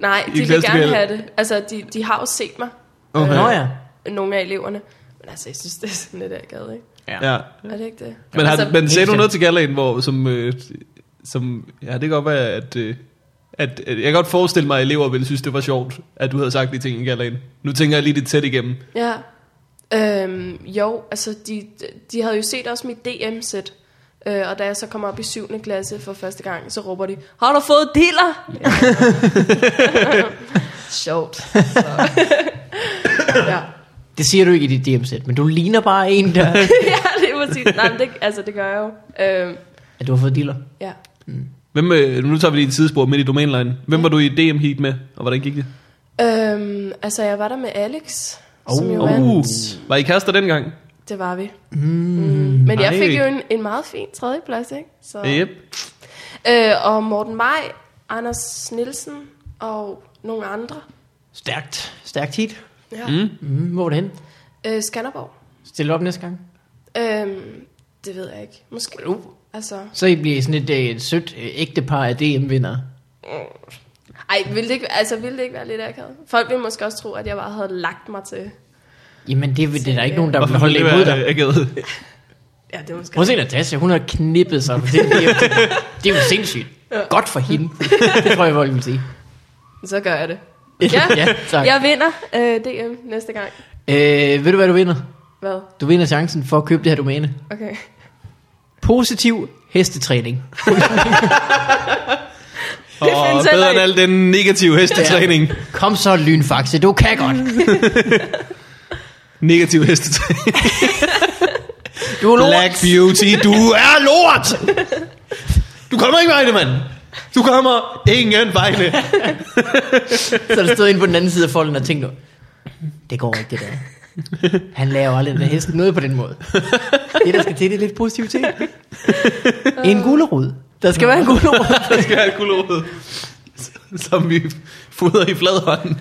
Nej, de vil
klassiker,
gerne
eller?
have det. Altså, de, de har jo set mig,
Okay.
Øh, Nå ja.
nogle af eleverne. Men altså, jeg synes, det er sådan lidt akavet, ikke?
ja.
Er det ikke det?
Men, har,
altså,
altså, men sagde du
bestemt.
noget til galaen, hvor som, øh, som, ja, det kan godt være, at, øh, at, at, jeg kan godt forestille mig, at elever ville synes, det var sjovt, at du havde sagt de ting i galaen. Nu tænker jeg lige det tæt igennem.
Ja. Øhm, jo, altså, de, de havde jo set også mit DM-sæt. Øh, og da jeg så kom op i 7. klasse for første gang, så råber de, har du fået diller? <laughs> Sjovt. Så. <laughs> ja.
Det siger du ikke i dit DM-sæt, men du ligner bare en, der...
ja, det er præcis. Nej, men det, altså, det gør jeg jo. Øhm,
at du har fået dealer.
ja.
Hvem, øh, nu tager vi lige et tidspor midt i domænlejen. Hvem var du i DM heat med, og hvordan gik det?
Øhm, altså, jeg var der med Alex, oh, som jo
Oh.
Uh,
vandt.
var I kærester dengang?
Det var vi. Mm, Men jeg
Ej.
fik jo en, en meget fin tredjeplads, ikke? Så.
Ja. Yep.
Øh, og Morten Maj, Anders Nielsen og nogle andre.
Stærkt. Stærkt hit.
Ja.
Mm.
Mm, hvor var det hen?
Øh, Skanderborg.
Stil op næste gang.
Øhm, det ved jeg ikke. Måske. Uh. Altså,
Så I bliver sådan et, øh, et sødt øh, ægtepar af DM-vinder.
ej, ville det ikke, altså, ville det ikke være lidt akavet? Folk ville måske også tro, at jeg bare havde lagt mig til.
Jamen, det, er- det er der ikke nogen, der vil
Hvorfor
holde
ville det <laughs>
imod
være,
dig.
øh, akavet?
Ja, det er måske.
Prøv at se Natasha, hun har knippet sig på det. DM. Det er jo sindssygt. Godt for hende. Det tror jeg, folk vil sige.
Så gør jeg det. Ja,
Ja, tak.
jeg vinder øh, DM næste gang.
Øh, ved du, hvad du vinder?
Hvad?
Du vinder chancen for at købe det her domæne.
Okay.
Positiv hestetræning.
Og
findes heller
bedre end
ikke.
al den negative hestetræning.
Kom så, lynfaxe, du kan godt.
Negativ hestetræning.
Du er lort.
Black Beauty, du er lort! Du kommer ikke vegne, mand! Du kommer ingen vegne!
Så der stod inde på den anden side af folden og tænkte, det går ikke det der. Han laver aldrig den der hesten noget på den måde. Det, der skal til, det er lidt positivitet. En gulerod. Der skal være en gulerod.
<laughs> Der skal have et gulerod, som vi fodrer i fladhånden.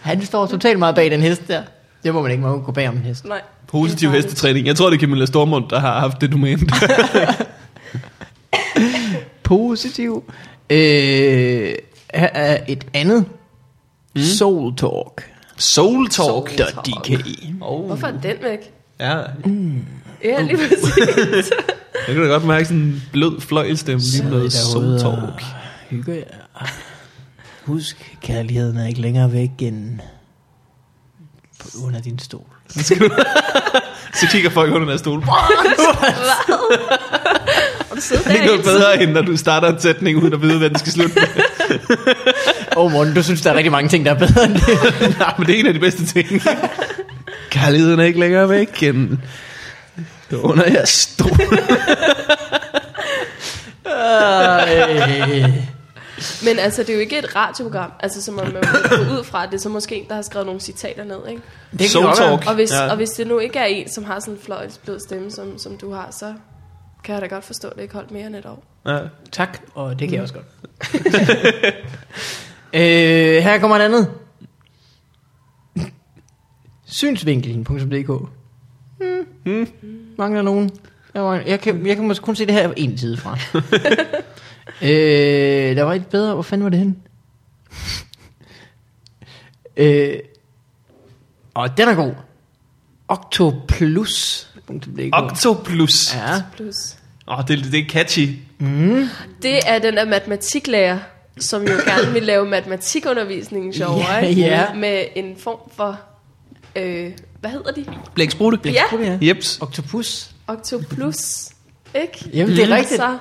Han står totalt meget bag den hest der. Det må man ikke, man må ikke gå bag om en hest.
Nej.
Positiv
Det er farligt.
hestetræning. Jeg tror, det er Camilla Stormund, der har haft det <laughs> domæne.
Positiv. Øh, her er et andet. Mm. Soul Talk.
Soul Talk.
DK.
Oh,
Hvorfor er den væk?
ja,
Ja, lige
<laughs>
præcis.
jeg kunne da godt mærke sådan en blød fløjlstemme lige med Soul <laughs> Talk.
Hygge jer. Husk, kærligheden er ikke længere væk end på- under din stol.
Så kigger folk under deres stol. Det
Og du sidder
er
der
ikke
hele
noget
tiden.
bedre, end når du starter en sætning, uden at vide, hvad den skal slutte <laughs> med.
Åh, oh, Morten, du synes, der er rigtig mange ting, der er bedre end det.
Nej, men det er en af de bedste ting. <laughs> Kærligheden er ikke længere væk end under jeg stol.
Men altså, det er jo ikke et radioprogram, altså, som man må gå ud fra. Det er så måske en, der har skrevet nogle citater ned, ikke?
det kan
Soul
godt være.
Talk.
Og hvis,
Ja.
ja. og hvis det nu ikke er en, som har sådan en fløj, blød stemme, som, som du har, så kan jeg da godt forstå, at det ikke holdt mere end et år.
Ja.
Tak, og det kan jeg også godt. <laughs> øh, her kommer et andet. Synsvinkelen.dk hmm. Mangler nogen. Jeg, mangler, jeg, kan, jeg kan måske kun se det her en side <laughs> fra. øh, der var et bedre. Hvor fanden var det henne? øh, og den er god. Octoplus.dk
Octoplus. Åh,
Ja.
Plus.
oh, det, det er catchy.
Det er den der matematiklærer, som jo gerne vil lave matematikundervisningen sjovere,
Ja,
ikke?
ja.
Med en form for... Øh, hvad hedder de?
Blæksprutte.
Ja,
ja.
Jeps.
Octopus.
Octoplus. Ikke?
Jamen, det er rigtigt.
Så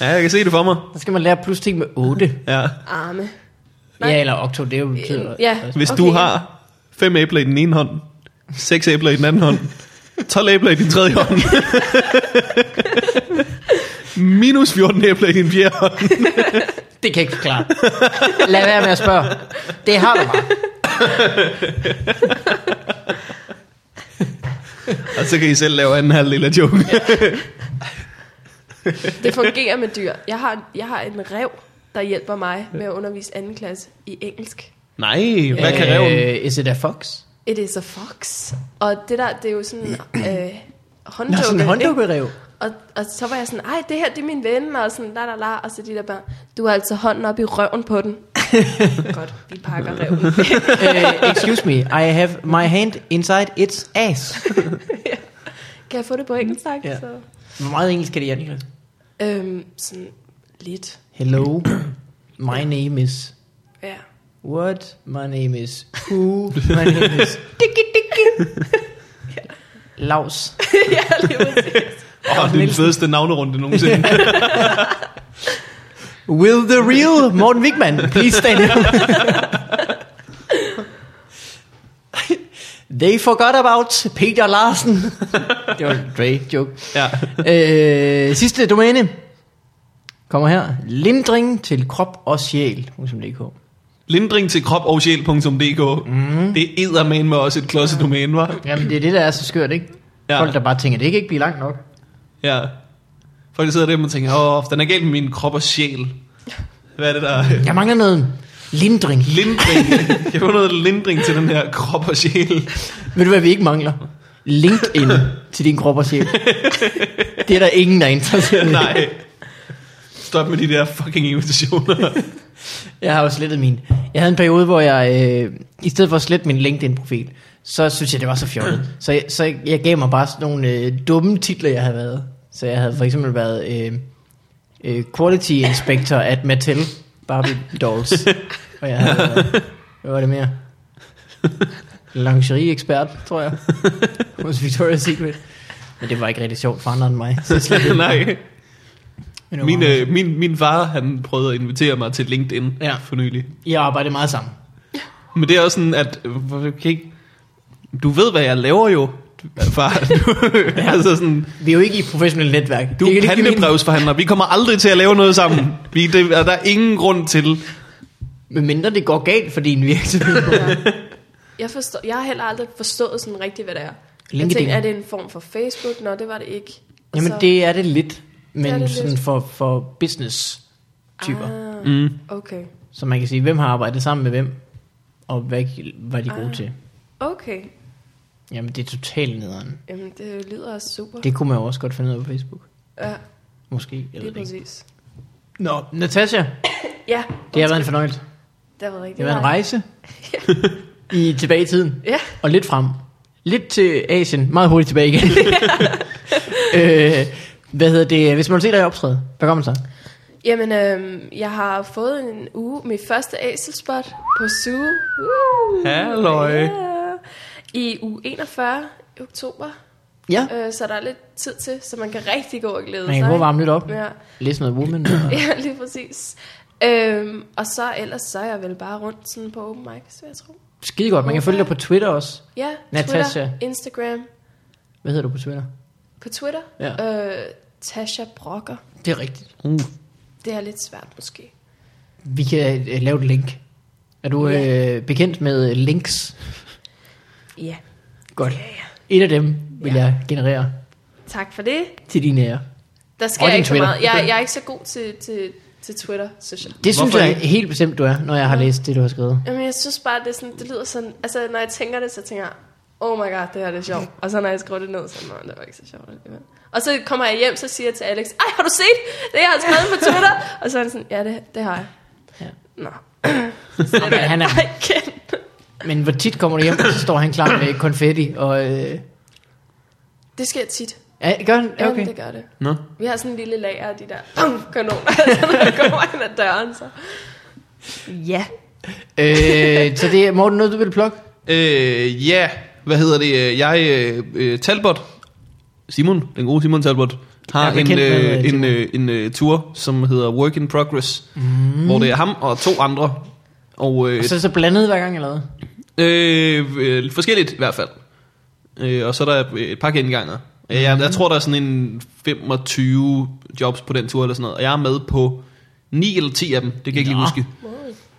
Ja, jeg kan se det for mig.
Så skal man lære plus ting med 8.
Ja.
arme. Nej.
Ja, eller okto, det er jo betyder...
Ja.
Hvis okay.
Okay.
du har fem æbler i den ene hånd, seks æbler i den anden hånd, 12 æbler i din tredje hånd, <laughs> minus 14 æbler i din fjerde hånd.
Det kan jeg ikke forklare. <laughs> Lad være med at spørge. Det har du bare.
Og så kan I selv lave anden halvdel af joken.
Det fungerer med dyr. Jeg har, jeg har en rev, der hjælper mig med at undervise anden klasse i engelsk.
Nej, hvad kan ræven?
Øh, is it a fox? <clears throat>
It is a fox. Og det der, det er jo sådan øh, hånddukke.
Nå, sådan en
ikke?
<laughs>
hånddukkerev.
Og, og så var jeg sådan, ej, det her, det er min ven, og sådan, la la la, og så de der børn, du har altså hånden op i røven på den. <laughs> Godt, vi pakker røven.
Uh, excuse me, I have my hand inside its ass.
<laughs> Kan jeg få det på engelsk, tak?
Ja.
Ja. Så,
Hvor meget engelsk kan det, Jannika?
øhm, sådan lidt,
Hello, my name is...
ja.
What? My name is... Who? My name <laughs> is... Dickie, dickie. Laus.
<laughs> ja, lige præcis.
Åh, oh, det er den fedeste navnerunde nogensinde.
Will the real Morten Wigman please stand up? They forgot about Peter Larsen. det var en Dre joke.
ja.
Øh, sidste domæne kommer her. Lindring til krop og sjæl. .dk.
Lindring til krop og sjæl.dk. Mm. Det er med med også et klodset domæne, var.
Jamen det er det, der er så skørt, ikke?
Ja.
Ja. Folk, der bare tænker, det kan ikke blive langt nok.
Ja. Folk der sidder der og tænker, åh, den er galt med min krop og sjæl. Hvad er det der?
Jeg mangler noget lindring.
Lindring. Jeg får noget lindring til den her krop og sjæl.
Ved du, hvad vi ikke mangler? LinkedIn til din krop og sjæl. Det er der ingen, der er interesseret i.
Nej. Stop med de der fucking invitationer.
Jeg har jo slettet min. Jeg havde en periode, hvor jeg, øh, i stedet for at slette min LinkedIn-profil, så synes jeg, det var så fjollet. Så, jeg- så jeg, jeg gav mig bare sådan nogle øh, dumme titler, jeg havde været. Så jeg havde for eksempel været øh, øh, Quality Inspector at Mattel Barbie Dolls. Og jeg havde været, hvad var det mere? Lingerie-ekspert, tror jeg. Hos Victoria's Secret. Men det var ikke rigtig sjovt for andre end mig.
<laughs>
Så jeg slettede det.
Nej.
Men det var
Min,
meget
øh, min, min far, han prøvede at invitere mig til LinkedIn ja.
Ja.
for nylig.
sjovt. I arbejdede meget sammen.
Men det er også sådan, at... øh, hvor- kan ikke, du ved, hvad jeg laver jo, far. <laughs> Du, altså sådan,
Vi er jo ikke i et professionelt netværk.
du
Det kan
er
ikke give mening.
pandebrevsforhandler. Vi kommer aldrig til at lave noget sammen. Vi, det, og der er ingen grund til.
Men mindre det går galt for din <laughs> virksomhed.
Jeg, forstår, jeg har heller aldrig forstået sådan rigtigt, hvad det er. Jeg
LinkedIn.
tænkte, er det en form for Facebook? Nå, det var det ikke. Og
Jamen
så-
det er det lidt, men
Det er
det
det
sådan
lidt.
for, for business-typer. Ah.
Ah,
Mm.
okay.
Så man kan sige, hvem har arbejdet sammen med hvem, og hvad var de gode ah.
Ah.
til.
Okay.
Jamen det er totalt nederen.
Jamen, det lyder også super.
Det kunne man jo også godt finde ud af på Facebook.
ja,
Måske, jeg ved
lige
det ikke.
præcis.
Nå, Natasha,
Ja,
det har været en fornøjelse.
det har været
Det
rigtig
har været en
dejligt.
<laughs> rejse i, tilbage i tiden.
Ja,
og lidt frem. Lidt til Asien, meget hurtigt tilbage <laughs> igen. øh, hvad hedder det? Hvis man vil se dig optræde, hvad gør man så?
jamen, øhm, jeg har fået en uge, mit første aselspot på Zoo. Uh,
Halløj.
ja. I uge 41 i oktober,
Ja,
øh, så der er lidt tid til, så man kan rigtig gå og glæde
man
sig.
kan gå og
ikke?
varme lidt op.
Ja.
Læs noget Woman. <clears throat> og-
<laughs> Ja, lige præcis. Øhm, og så ellers, så er jeg vel bare rundt sådan på open mics, vil jeg tro.
Skide godt. Man kan følge dig på Twitter også.
Ja,
Natasha.
Twitter, Instagram,
Hvad hedder du på Twitter?
på Twitter.
Ja.
Øh, Tasha Brokker.
Det er rigtigt.
Det er lidt svært måske.
Vi kan øh, lave et link. Er du
Ja.
øh, bekendt med øh, links?
Ja.
Godt. Et af dem vil
Ja.
jeg generere
Tak for det.
til dine ære.
Der
Og
sker
din
ikke så
Twitter.
meget.
<laughs>
Jeg, jeg er ikke så god til, til, til Twitter, synes jeg.
Det synes
Hvorfor
jeg
ikke?
helt bestemt, du er, når jeg har
Ja.
læst det, du har skrevet.
Jamen, jeg synes bare, det, er sådan, det lyder sådan... Altså, når jeg tænker det, så tænker jeg, oh my god, det her det er sjovt. Og så når jeg skriver det ned, så nej, det var ikke så sjovt alligevel. Og så kommer jeg hjem, så siger jeg til Alex, ej, har du set det, jeg har skrevet på Twitter? Og så er han sådan, ja, det, det har jeg.
Ja.
Nå. så det
han er-
bare igen.
Men hvor tit kommer du hjem, og så står han klar med konfetti og... Øh,
Det sker tit.
ja, gør han? Ja,
Ja,
okay.
det gør det.
Nå.
Vi har sådan en lille lager af de der pum, kanoner, <laughs> så når jeg kommer ind ad døren, så... Ja.
øh, så det er, Morten, noget du vil plukke?
Øh, ja, hvad hedder det? Jeg, øh, øh, Talbot, Simon, den gode Simon Talbot, har
Jeg er
en,
bekendt med,
øh,
øh,
en,
Simon.
øh, en øh, tur, som hedder Work in Progress, mm. hvor det er ham og to andre, og, øh,
Og så er det så blandet hver gang, eller hvad?
øh, øh, forskelligt i hvert fald. Øh, og så er der et- et par genganger. Mm. Jeg, jeg tror, der er sådan en 25 jobs på den tur, eller sådan noget, og jeg er med på 9 eller 10 af dem, det kan jeg ikke lige
Nå.
huske.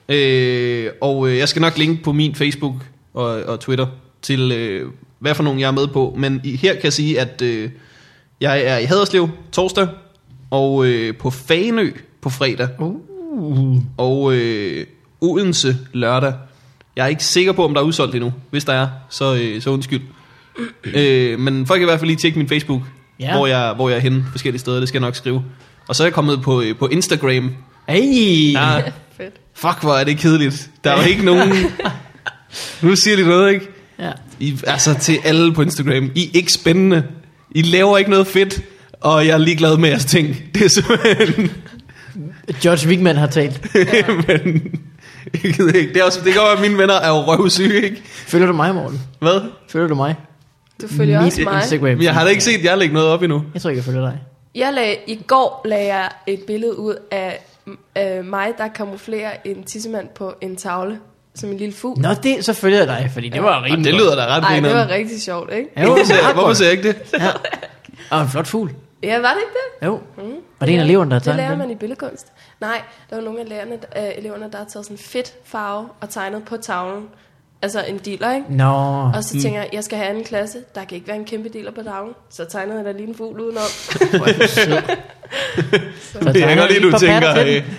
Øh, og øh, jeg skal nok linke på min Facebook og, og Twitter til, øh, hvad for nogen jeg er med på. Men i, her kan jeg sige, at øh, jeg er i Haderslev torsdag, og øh, på Fanø på fredag,
Uh.
og øh, Odense lørdag. Jeg er ikke sikker på, om der er <clears throat> udsolgt endnu. Hvis der er, så, øh, så undskyld. øh, men folk kan i hvert fald lige tjekke min Facebook
Ja.
hvor, jeg, hvor jeg er henne forskellige steder. Det skal jeg nok skrive. Og så er jeg kommet på, øh, på Instagram.
Ej! <laughs>
Ja,
Fedt.
fuck, hvor er det kedeligt. Der er jo ikke nogen... Nu siger de noget, ikke?
Ja.
I, altså til alle på Instagram. I er ikke spændende. I laver ikke noget fedt. Og jeg er ligeglad med jeres ting. Det er simpelthen...
George Wigman har talt.
<laughs> Men, jeg gider ikke. Det, er også, det kan godt være, at mine venner er jo røvsyge, ikke?
Følger du mig, Morten?
Hvad?
Følger du mig?
Du følger
Mit
også mig.
Instagram.
Men jeg har da ikke set jer lægge noget op endnu.
Jeg tror ikke, jeg følger dig.
Jeg lag, I går lagde jeg et billede ud af øh, mig, der kamuflerer en tissemand på en tavle, som en lille fugl.
Nå, det, så følger jeg dig, fordi det var
Og
rimelig
det lyder da ret
Ej, det var
grineren.
rigtig sjovt, ikke?
Ja, jo,
Hvorfor ser-
meget
Hvorfor
godt.
ser jeg ikke det?
Ja. Og en Ah, flot fugl.
Ja, var det ikke det?
Jo. Mm. Og det er en af eleverne, der har
Det
tegnet
lærer
den.
man i billedkunst. Nej, der var nogle af lærerne, øh, eleverne, der har taget sådan fedt farve og tegnet på tavlen. Altså en dealer, ikke?
Nå.
Og
Mm.
så tænker jeg, jeg skal have anden klasse. Der kan ikke være en kæmpe dealer på tavlen. Så tegnede jeg da lige en fugl udenom. <laughs>
Så
Det er
tegner
godt lige,
vi
du
et par
tænker,
patter til den.
øh,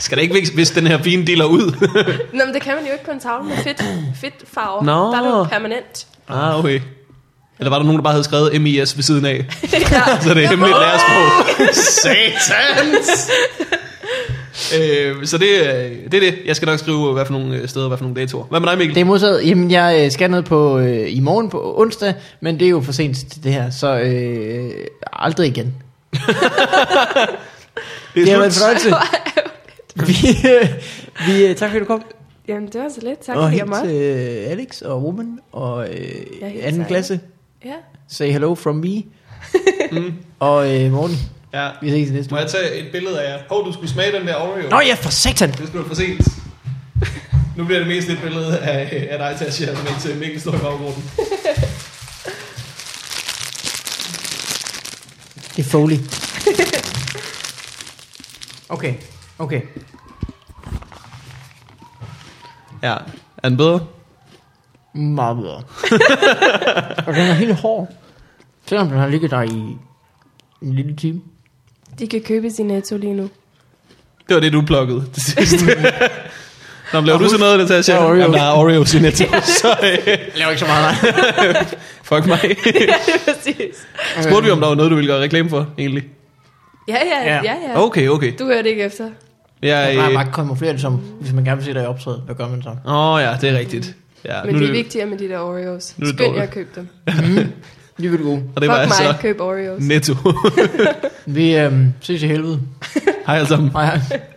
skal det ikke hvis- hvis den her fine dealer ud? <laughs>
Nå, men det kan man jo ikke på en tavle med fedt, fedt farve.
Nå.
Der er det jo
<laughs>
permanent.
ah, okay. Eller var der nogen, der bare havde skrevet MIS ved siden af?
ja.
Så det er hemmeligt lærersprog. Satans! øh, så det, øh, det er det. Jeg skal nok skrive, hvad for nogle øh, steder, hvad for nogle datoer. Hvad med dig, Mikkel?
Det er modsat. Jamen, jeg øh, skal ned på øh, i morgen på onsdag, men det er jo for sent til det her, så øh, aldrig igen.
Det,
Det
er
har været en
slut.
<laughs>
fornøjelse. vi, øh, vi, øh, tak fordi du kom.
Jamen, det var så lidt. Tak,
og
fordi jeg
helt
måtte.
øh, Alex og Woman og øh,
helt
anden
sejt.
klasse.
Ja.
Say hello from
<laughs>
me. og øh, morgen.
Ja.
Vi ses i næste
Mm. Må
uge.
jeg tage et billede af jer? Hov, du skulle smage den der Oreo.
Nå ja, for satan.
Det skulle du for sent. Nu bliver det mest et billede af, af dig, Tasha, mens øh, Mikkel står i baggrunden.
Det er Foley. <laughs> okay, okay.
Ja. Er den bedre?
Meget bedre. <laughs> og den er helt hård. Selvom den har ligget der i en lille time.
De kan købe sin netto lige
<laughs>
nu.
Det var det, du plukkede til <laughs> sidst. Nå, men laver du så noget af det, Tasha?
Der er Oreos.
Jamen, der er Oreos i netto.
<laughs>
Så øh,
Jeg laver ikke så <laughs> meget, nej.
fuck
<laughs>
mig.
ja, det er præcis.
Øh,
Spurgte vi, om der var noget, du ville gøre reklame for, egentlig?
Ja, ja,
Ja.
ja, ja.
Okay, okay.
Du hørte ikke efter.
Jeg,
Jeg
øh,
bare kamuflere det som, hvis man gerne vil se dig i optræde, hvad gør man så?
Åh oh, ja, det er rigtigt. Ja,
Men
nu,
det
er
er vigtigere med de der Oreos.
nu er det
Skynd jer
dårligt.
at købe dem.
Det vil gode.
<laughs> Og det var
Fuck mig,
altså
køb Oreos.
netto. <laughs>
Vi øhm, ses i helvede.
Hej alle sammen.
Hej hej.